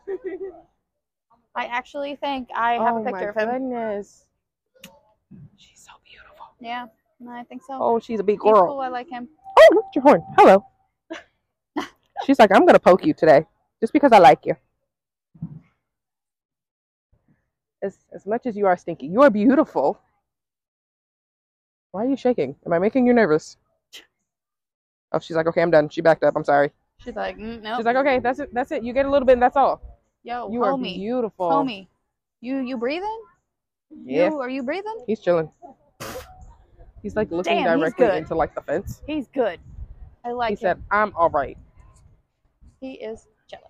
S13: I actually think I have
S1: oh
S13: a picture of
S1: my
S13: him.
S1: goodness.
S13: She's so beautiful. Yeah, no, I think so.
S1: Oh, she's a big
S13: He's
S1: girl.
S13: cool. I like him.
S1: Oh, look at your horn. Hello. she's like, I'm gonna poke you today, just because I like you. As as much as you are stinky, you are beautiful. Why are you shaking? Am I making you nervous? Oh, she's like, okay, I'm done. She backed up. I'm sorry.
S13: She's like, mm, no.
S1: She's like, okay, that's it. That's it. You get a little bit. And that's all.
S13: yo,
S1: You are
S13: Oh, homie,
S1: beautiful.
S13: homie, you you breathing?
S1: Yeah.
S13: You are you breathing?
S1: He's chilling. He's like looking
S13: Damn, he's
S1: directly
S13: good.
S1: into like the fence.
S13: He's good. I like
S1: He
S13: him.
S1: said, "I'm all right."
S13: he is chilling.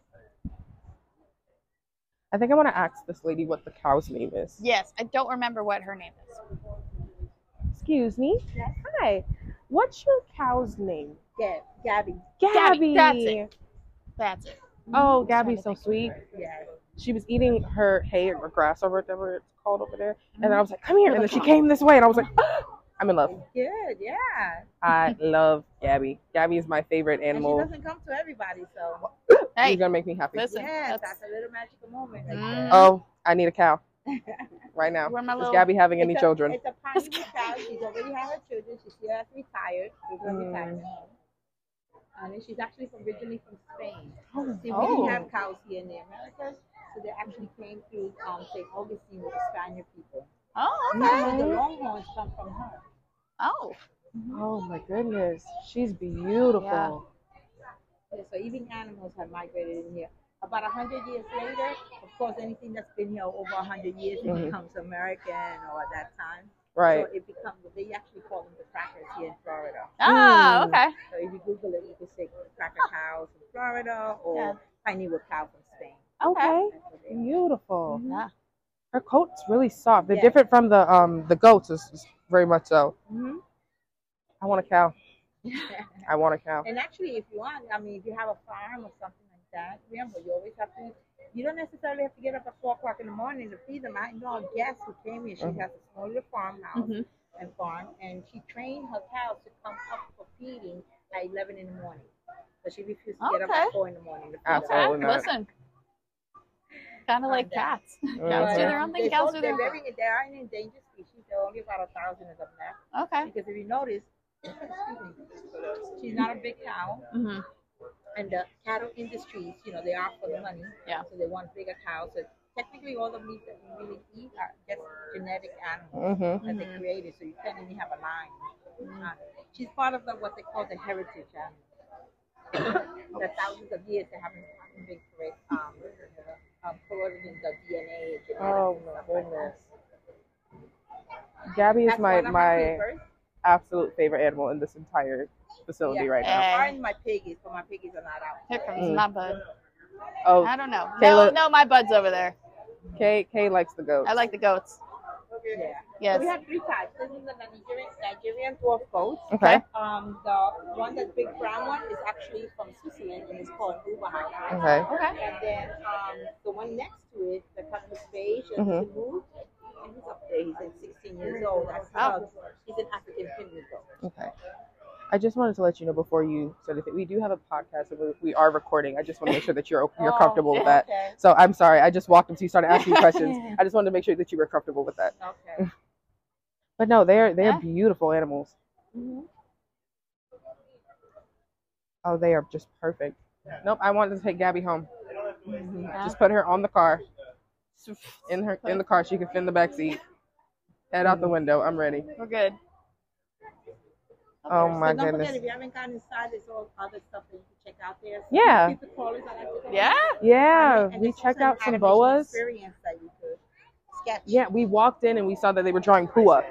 S1: I think I want to ask this lady what the cow's name is.
S13: Yes, I don't remember what her name is.
S1: Excuse me. Hi. What's your cow's name?
S14: Gab, Gabby.
S13: Gabby, that's it. That's it.
S1: Oh, Gabby's so sweet.
S14: Yeah.
S1: She was eating her hay or grass or whatever it's called over there, and then I was like, "Come here!" And then she came this way, and I was like, "I'm in love.
S14: Good. Yeah.
S1: I love Gabby. Gabby is my favorite animal.
S14: And she doesn't come to everybody, so
S1: You're
S13: Hey,
S1: gonna make me happy."
S13: listen,
S14: yes,
S13: that's-
S14: that's a little magical moment. Like
S13: Mm.
S14: that.
S1: Oh, I need a cow right now.
S13: where my
S1: Is
S13: little
S1: Gabby having
S14: It's
S1: any
S14: a-
S1: children?
S14: It's a pioneer child. She's already had her children. She still has retired. She's gonna
S1: Mm.
S14: retire now. And then she's actually from originally from Spain. See, we
S1: Oh.
S14: didn't have cows here in the Americas, so they actually came through um, St. Augustine with the Spaniard people.
S13: Oh,
S1: Mm-hmm.
S13: okay.
S14: So the Longhorns come from her.
S13: Oh,
S1: Oh my goodness, she's beautiful.
S13: Yeah.
S14: Yeah, so even animals have migrated in here. About a hundred years later, of course, anything that's been here over a hundred years it
S1: Mhm.
S14: becomes American or at that time.
S1: Right.
S14: So it becomes. They actually call them the crackers here in Florida.
S13: ah,
S1: Mm.
S13: okay.
S14: So if you Google it, you can say cracker cows from Florida or
S13: Oh. Yeah.
S14: pineapple cow from Spain.
S1: Okay.
S14: That's what they are.
S1: Beautiful.
S13: Yeah.
S1: Her coat's really soft. They're
S14: Mm-hmm. Yeah.
S1: different from the um the goats is, is very much so.
S13: Mm-hmm.
S14: Mhm.
S1: I want a cow. I want a cow.
S14: And actually, if you want, I mean, if you have a farm or something like that, remember, you always have to. You don't necessarily have to get up at four o'clock in the morning to feed them. I know a guest who came here. She
S13: Uh-huh.
S1: Mhm.
S14: has a small little farmhouse
S13: Mhm.
S14: and farm, and she trained her cows to come up for feeding at eleven in the morning. But she refused to get up
S13: Okay.
S14: at four in the morning. To feed them.
S1: Absolutely.
S13: Okay,
S1: Oh, not.
S13: listen. Kind of like cats.
S1: Mm.
S13: Cows
S14: But
S13: do their own thing.
S14: they
S13: Cows
S14: both-
S13: do
S14: they're
S13: their own.
S14: very, they are an endangered species. There are only about a thousand of them left.
S13: Okay.
S14: Because if you notice, excuse me, she's not a big cow.
S13: Mm-hmm.
S14: and the cattle industries, you know, they are for the money.
S13: Yeah.
S14: So they want bigger cows. So technically, all the meat that you really eat are just genetic animals
S1: Mm-hmm.
S14: that they created. So you can't even have a line. Uh, she's part of the, what they call the heritage animals. the thousands of years they haven't haven't been correct, um, um, corroded in the DNA. and genetics
S1: Oh
S14: and
S1: my
S14: stuff like that.
S1: goodness. Gabby is
S14: That's
S1: my
S14: one of
S1: my
S14: favorites.
S1: absolute favorite animal in this entire facility
S14: Yeah.
S1: right now.
S13: now.
S14: Mine, my piggies, but my piggies are not out.
S13: Here comes
S1: Mm.
S13: my bud.
S1: Oh,
S13: I don't know. No,
S1: Kayla-
S13: no, my bud's over there.
S1: Kay Kay likes the goat.
S13: I like the goats.
S14: Yeah. So
S13: Yes.
S14: we have three types. This is the Nigerian, Nigerian dwarf goat.
S1: Okay.
S14: Um, the one that big brown one is actually from Switzerland and it's called Uberhaus.
S1: Okay.
S13: Okay.
S14: And then um, the one next to it, the color is beige and
S1: Mhm.
S14: the blue, and he's up there. He's like 16 years old. That's
S13: Oh.
S14: uh, he's an African pinwheel goat.
S1: Okay. I just wanted to let you know before you said anything. We do have a podcast and we, we are recording. I just want to make sure that you're
S14: Oh.
S1: you're comfortable with that.
S14: Okay.
S1: So I'm sorry. I just walked up to you, started asking you questions. I just wanted to make sure that you were comfortable with that.
S14: Okay.
S1: But no, they're they're
S13: Yeah.
S1: beautiful animals.
S14: Mhm.
S1: Oh, they are just perfect. Nope, I wanted to take Gabby home.
S14: Mm-hmm.
S13: Yeah.
S1: Just put her on the car. In her in the car, she can fit in the back seat. Head out the
S14: Mm-hmm.
S1: window. I'm ready.
S13: We're good.
S1: Oh my
S14: so don't
S1: goodness.
S14: forget, if you haven't gotten inside, there's all other stuff that you can check out there. So
S1: Yeah.
S14: keep the callers, I like to call.
S13: Yeah.
S1: Yeah,
S2: Um,
S14: And
S1: we
S14: there's
S1: checked
S14: also an
S1: out some
S14: animation
S1: boas.
S14: Experience that you could sketch.
S1: Yeah, we walked in and we saw that they were drawing pua.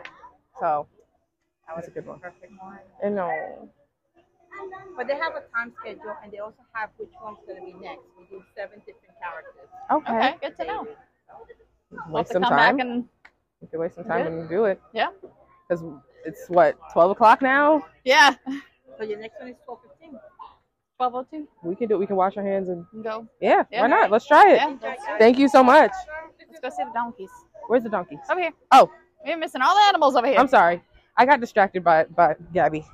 S1: So
S14: That
S1: That's
S14: was
S1: a good one. uh,
S14: Perfect one.
S1: I know.
S14: But they have a time schedule and they also have which one's going to be next. We do seven different characters.
S1: Okay. Okay,
S2: good to know.
S1: Waste
S2: to
S1: some
S2: come back
S1: time.
S2: and-
S1: we could waste some time
S2: Yeah.
S1: and do it.
S2: Yeah.
S1: Because it's what twelve o'clock now.
S2: Yeah.
S14: So your next one is twelve fifteen.
S2: Twelve oh two.
S1: We can do. it. We can wash our hands and
S2: Go.
S1: yeah.
S2: Yeah.
S1: Why not? Let's try it.
S2: Yeah, let's-
S1: Thank you so much.
S2: Let's go see the donkeys.
S1: Where's the donkeys?
S2: Over here.
S1: Oh.
S2: We're missing all the animals over here.
S1: I'm sorry. I got distracted by by Gabby.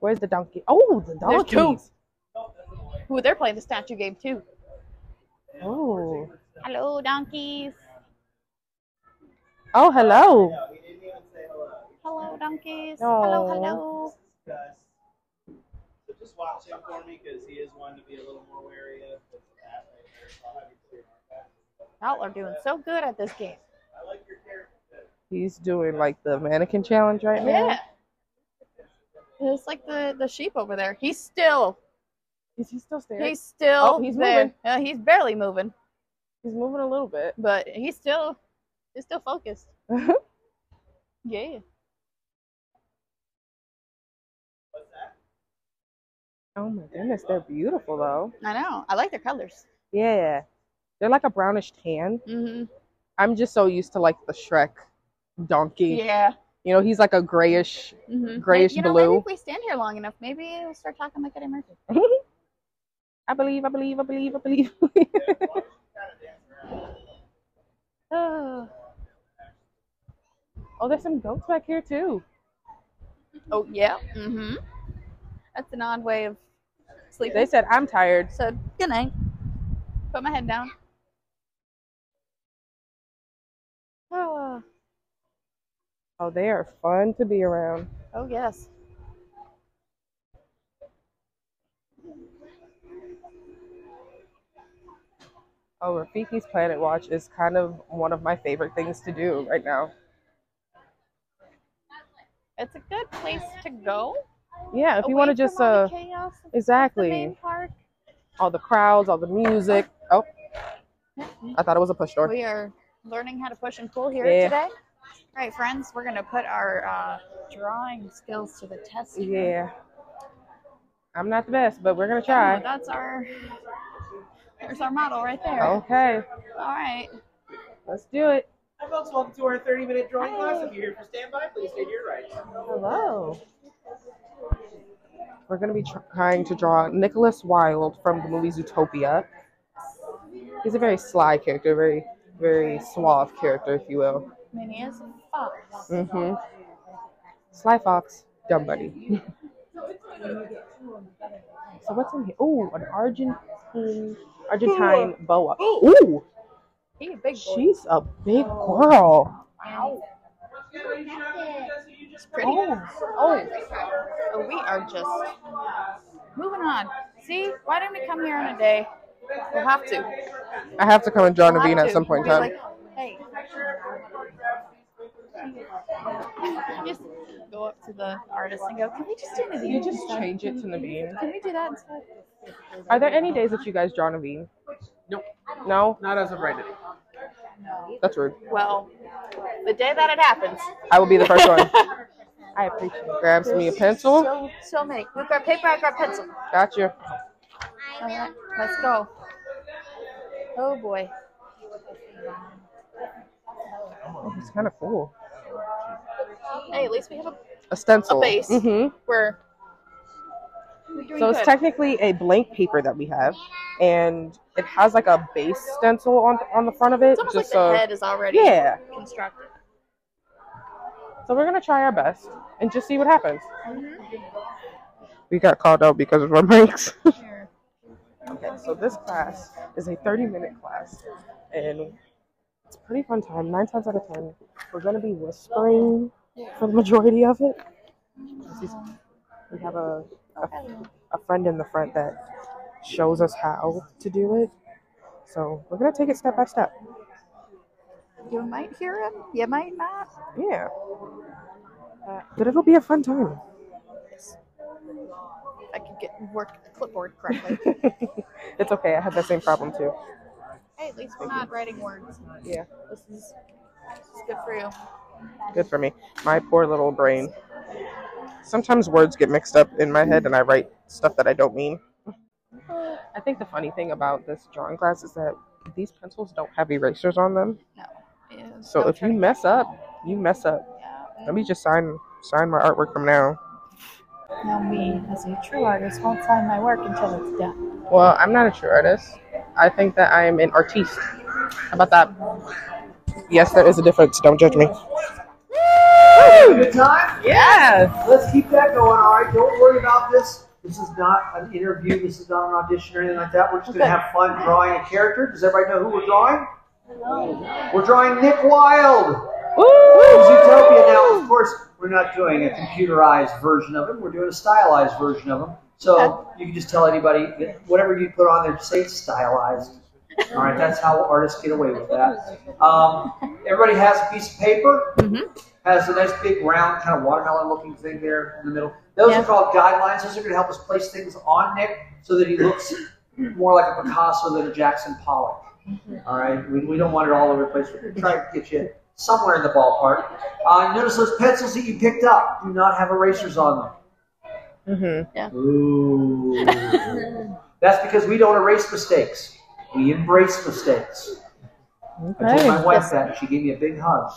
S1: Where's the donkey? Oh, the
S2: There's
S1: donkey.
S2: two. Ooh, they're playing the statue game too.
S1: Oh.
S2: Hello, donkeys.
S1: Oh, hello.
S2: Hello, donkeys.
S1: Oh.
S2: Hello, hello.
S7: So just watch him for me because he is one to be a little more wary of.
S2: Y'all are doing so good at this game.
S1: He's doing like the mannequin challenge right now.
S2: Yeah. It's like the the sheep over there. He's still.
S1: Is he still staring?
S2: He's still
S1: Oh, he's
S2: there.
S1: moving.
S2: Yeah, he's barely moving,
S1: He's moving a little bit.
S2: but he's still he's still focused. yeah.
S1: Oh my goodness, they're beautiful though.
S2: I know. I like their colors.
S1: Yeah. They're like a brownish tan.
S2: Mm-hmm.
S1: I'm just so used to like the Shrek donkey.
S2: Yeah.
S1: You know, he's like a grayish
S2: hmm
S1: grayish
S2: you know,
S1: blue.
S2: Maybe if we stand here long enough, maybe we'll start talking like Eddie Murphy.
S1: I believe, I believe, I believe, I believe.
S2: oh,
S1: Oh, there's some goats back here too.
S2: yeah. Mm-hmm. That's an odd way of sleeping.
S1: They said I'm tired.
S2: So good night. Put my head down.
S1: Ah,
S2: Oh,
S1: Oh, they are fun to be around.
S2: oh yes.
S1: Oh, Rafiki's Planet Watch is kind of one of my favorite things to do right now.
S2: It's a good place to go.
S1: Yeah, if you want to just uh
S2: chaos of
S1: exactly.
S2: the main park.
S1: all the crowds, all the music. Oh, I thought it was a push door.
S2: We are learning how to push and pull here
S1: Yeah.
S2: today. All right, friends, we're going to put our uh, drawing skills to the test.
S1: Yeah,
S2: here.
S1: I'm not the best, but we're gonna
S2: Oh,
S1: try.
S2: that's our. There's our model right there.
S1: Oh, Okay,
S2: All right.
S1: let's do it.
S7: Hi folks, welcome to our 30 minute drawing class. If you're here for standby, please stay to your right.
S1: Hello. We're gonna be trying to draw Nicholas Wilde from the movie Zootopia. He's a very sly character, very, very suave character, if you will.
S2: Minnie is a fox.
S1: Mm-hmm. Sly Fox, Dumb Buddy. so what's in here? Oh, an Argentine Argentine boa. Ooh,
S2: He a big boy.
S1: she's a big girl.
S2: Wow. It's pretty.
S1: Oh,
S2: Oh, we are just moving on. See, why didn't we come here on a day? We'll have to.
S1: I have to come and draw
S2: We'll have
S1: Naveen at
S2: to.
S1: some point in
S2: We'll
S1: time.
S2: be like, hey. Just go up to the artist and go, can we just do Naveen?
S1: You just
S2: instead?
S1: change it to Naveen.
S2: Can we do that instead?
S1: Are there any days that you guys draw Naveen?
S7: Nope.
S1: No,
S7: Not as of right now.
S1: that's rude.
S2: Well, the day that it happens.
S1: I will be the first one. I appreciate it. Grabs me a pencil.
S2: So, so many. We grab paper, I grab pencil.
S1: Got you.
S2: All right, let's go. Oh boy.
S1: Oh, it's kind of cool.
S2: Hey, at least we have a
S1: A stencil.
S2: A base.
S1: Mm-hmm.
S2: we're. we're doing
S1: So it's
S2: good.
S1: technically a blank paper that we have, and it has like a base stencil on on the front of it.
S2: It's almost
S1: Just
S2: like the
S1: so
S2: head is already
S1: yeah.
S2: constructed.
S1: So we're gonna try our best and just see what happens. Mm-hmm. We got called out because of our mics.
S2: Here.
S1: okay, so this class is a 30 minute class, and it's a pretty fun time. Nine times out of ten, we're gonna be whispering for the majority of it. We have a a, a friend in the front that shows us how to do it. So we're gonna take it step by step.
S2: You might hear him. You might not.
S1: Yeah. But it'll be a fun time.
S2: If I could get work the clipboard correctly.
S1: it's okay. I had that same problem too.
S2: hey, at least we're not writing words.
S1: Yeah.
S2: This is, this is good for you.
S1: Good for me. My poor little brain. Sometimes words get mixed up in my head and I write stuff that I don't mean. I think the funny thing about this drawing class is that these pencils don't have erasers on them.
S13: Yeah,
S1: So if you mess up, you mess up. Let me just sign sign my artwork from now.
S2: Now me, as a true artist, won't sign my work until it's done.
S1: Well, I'm not a true artist. I think that I am an artiste. How about that? Yes, there is a difference. Don't judge me.
S7: Good time?
S1: Yeah.
S7: Let's keep that going, all right? Don't worry about this. This is not an interview. This is not an audition or anything like that. We're just going to have fun drawing a character. Does everybody know who we're drawing? We're drawing Nick Wilde. Who's Utopia now? Of course, we're not doing a computerized version of him. We're doing a stylized version of him. So you can just tell anybody that whatever you put on there, just say it's stylized. All right, that's how artists get away with that. Um, everybody has a piece of paper. Has a nice big round kind of watermelon-looking thing there in the middle. Those are called guidelines. Those are going to help us place things on Nick so that he looks more like a Picasso than a Jackson Pollock. All right, we, we don't want it all over the place. We're gonna try to get you somewhere in the ballpark. Uh, notice those pencils that you picked up do not have erasers on
S1: Mm-hmm.
S13: Yeah.
S7: them. Ooh. That's because we don't erase mistakes. We embrace mistakes. I told my wife that, and she gave me a big hug.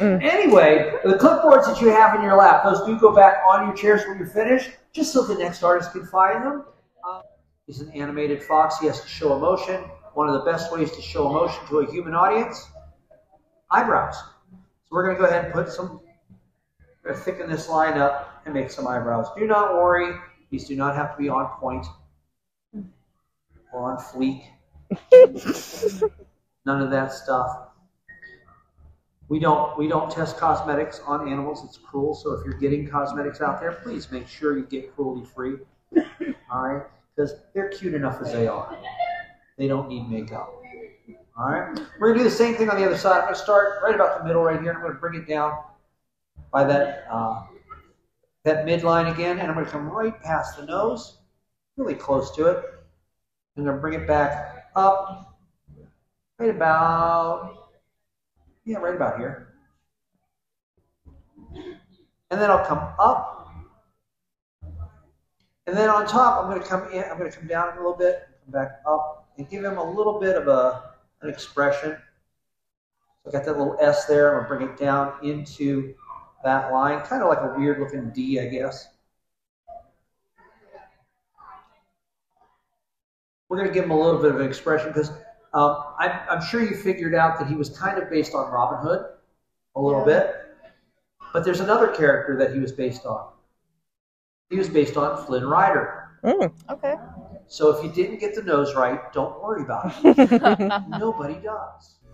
S7: Anyway, the clipboards that you have in your lap, those do go back on your chairs when you're finished, just so the next artist can find them. Uh, he's an animated fox. He has to show emotion. One of the best ways to show emotion to a human audience eyebrows. So we're going to go ahead and put some, we're gonna thicken this line up and make some eyebrows. Do not worry, these do not have to be on point or on fleek. None of that stuff. We don't we don't test cosmetics on animals. It's cruel. So if you're getting cosmetics out there, please make sure you get cruelty free. All right, because they're cute enough as they are. They don't need makeup. All right, we're gonna do the same thing on the other side. I'm gonna start right about the middle right here, and I'm gonna bring it down by that uh, that midline again, and I'm gonna come right past the nose, really close to it. I'm gonna bring it back up, right about yeah, right about here. And then I'll come up. And then on top, I'm going to come in, I'm going to come down a little bit, come back up, and give him a little bit of a, an expression. I got that little S there. I'm going to bring it down into that line, kind of like a weird looking D, I guess. We're going to give him a little bit of an expression because um, I'm, I'm sure you figured out that he was kind of based on Robin Hood a little bit, but there's another character that he was based on. He was based on Flynn Rider.
S2: Okay.
S7: So if you didn't get the nose right, don't worry about it. Nobody does.